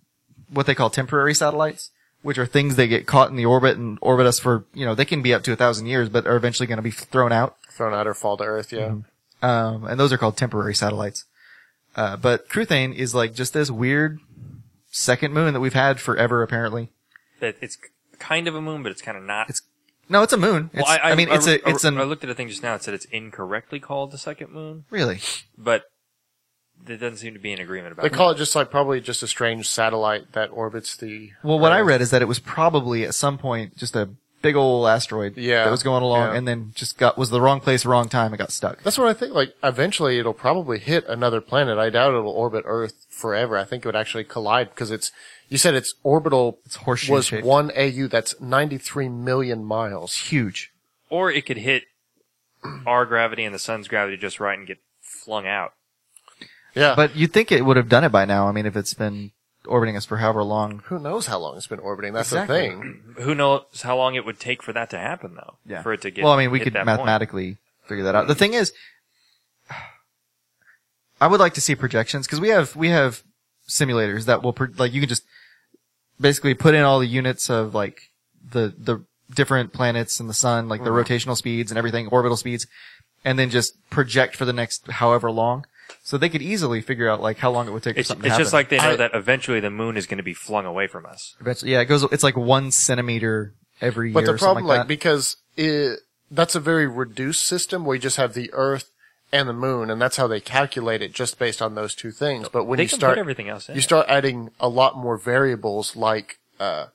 what they call temporary satellites, which are things that get caught in the orbit and orbit us for you know they can be up to a thousand years, but are eventually going to be thrown out.
Thrown out or fall to Earth. Yeah.
Um, and those are called temporary satellites. Uh, but Cruthane is like just this weird second moon that we've had forever, apparently.
That it's kind of a moon, but it's kind of not.
It's- No, it's a moon. It's,
Well,
I, mean, it's a, it's an
I looked at a thing just now. It said it's incorrectly called the second moon,
really.
but there doesn't seem to be an agreement about.
They
that.
call it just like probably just a strange satellite that orbits the.
Well, what I
Earth.
read is that it was probably at some point just a big old asteroid
Yeah,
that was going along
yeah.
and then just got, was the wrong place, wrong time and got stuck.
That's what I think. Like, eventually it'll probably hit another planet. I doubt it'll orbit Earth forever. I think it would actually collide because it's, you said its orbital
It's horseshoe
was
shaped.
1 AU. That's 93 million miles.
It's huge.
or it could hit our gravity and the sun's gravity just right and get flung out.
Yeah. But
But you'd think it would have done it by now. I mean, if it's been orbiting us for however long.
who knows how long it's been orbiting? That's
Exactly.
the thing.
Who knows how long it would take for that to happen, though? For it to get.
Well, I mean, we
hit
could
that Mm-hmm.
mathematically figure that out. The thing is, I would like to see projections because we have, we have simulators that will, pro- like, you can just basically put in all the units of, like, the, the different planets and the sun, like
Mm-hmm.
the rotational speeds and everything, orbital speeds, and then just project for the next however long. So they could easily figure out, like, how long it would take
Point. It's,
for something to
it's
happen.
just like they know
I-
that eventually the moon is going to be flung away from us.
Eventually, yeah, it goes. It's like one centimeter every
But
year.
the
or something
problem,
like,
like,
that.
because it, that's a very reduced system where you just have the Earth and the moon, and that's how they calculate it just based on those two things. But when
They
you
can
start
put everything else in.
you start adding a lot more variables like uh,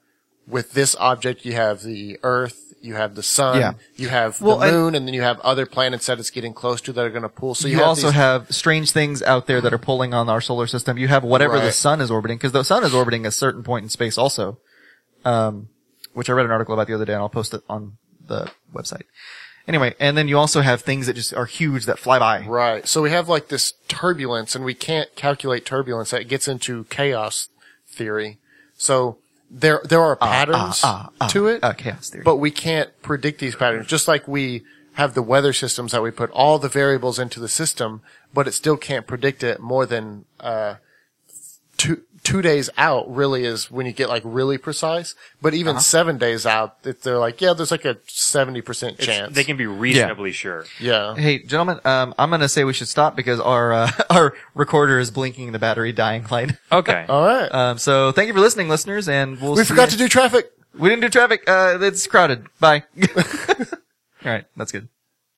with this object you have the earth you have the sun
Yeah.
you have
Well,
the
and-
moon and, then you have other planets that it's getting close to that are going to pull so you,
you,
have
also
these-
have strange things out there that are pulling on our solar system. You have whatever the
Right.
sun is orbiting, because the sun is orbiting a certain point in space also, um, which I read an article about the other day, and I'll post it on the website. Anyway, and then you also have things that just are huge that fly by.
right so we have like this turbulence and we can't calculate turbulence that gets into chaos theory so there there are patterns
ah, ah,
to it
uh, chaos theory.
but we can't predict these patterns. Just like we have the weather systems that we put all the variables into the system, but it still can't predict it more than uh, two two days out really is when you get like really precise. But
Uh-huh.
even seven days out, if they're like, yeah, there's like a 70%
It's-
chance.
They can be reasonably sure.
yeah.
Hey, gentlemen, um, I'm gonna say we should stop because our uh, our recorder is blinking the battery dying light.
Okay.
All right.
Um, so thank you for listening, listeners, and we'll.
we
see
forgot to
you-
do traffic.
We didn't do traffic. Uh, it's crowded. Bye. All right, that's good.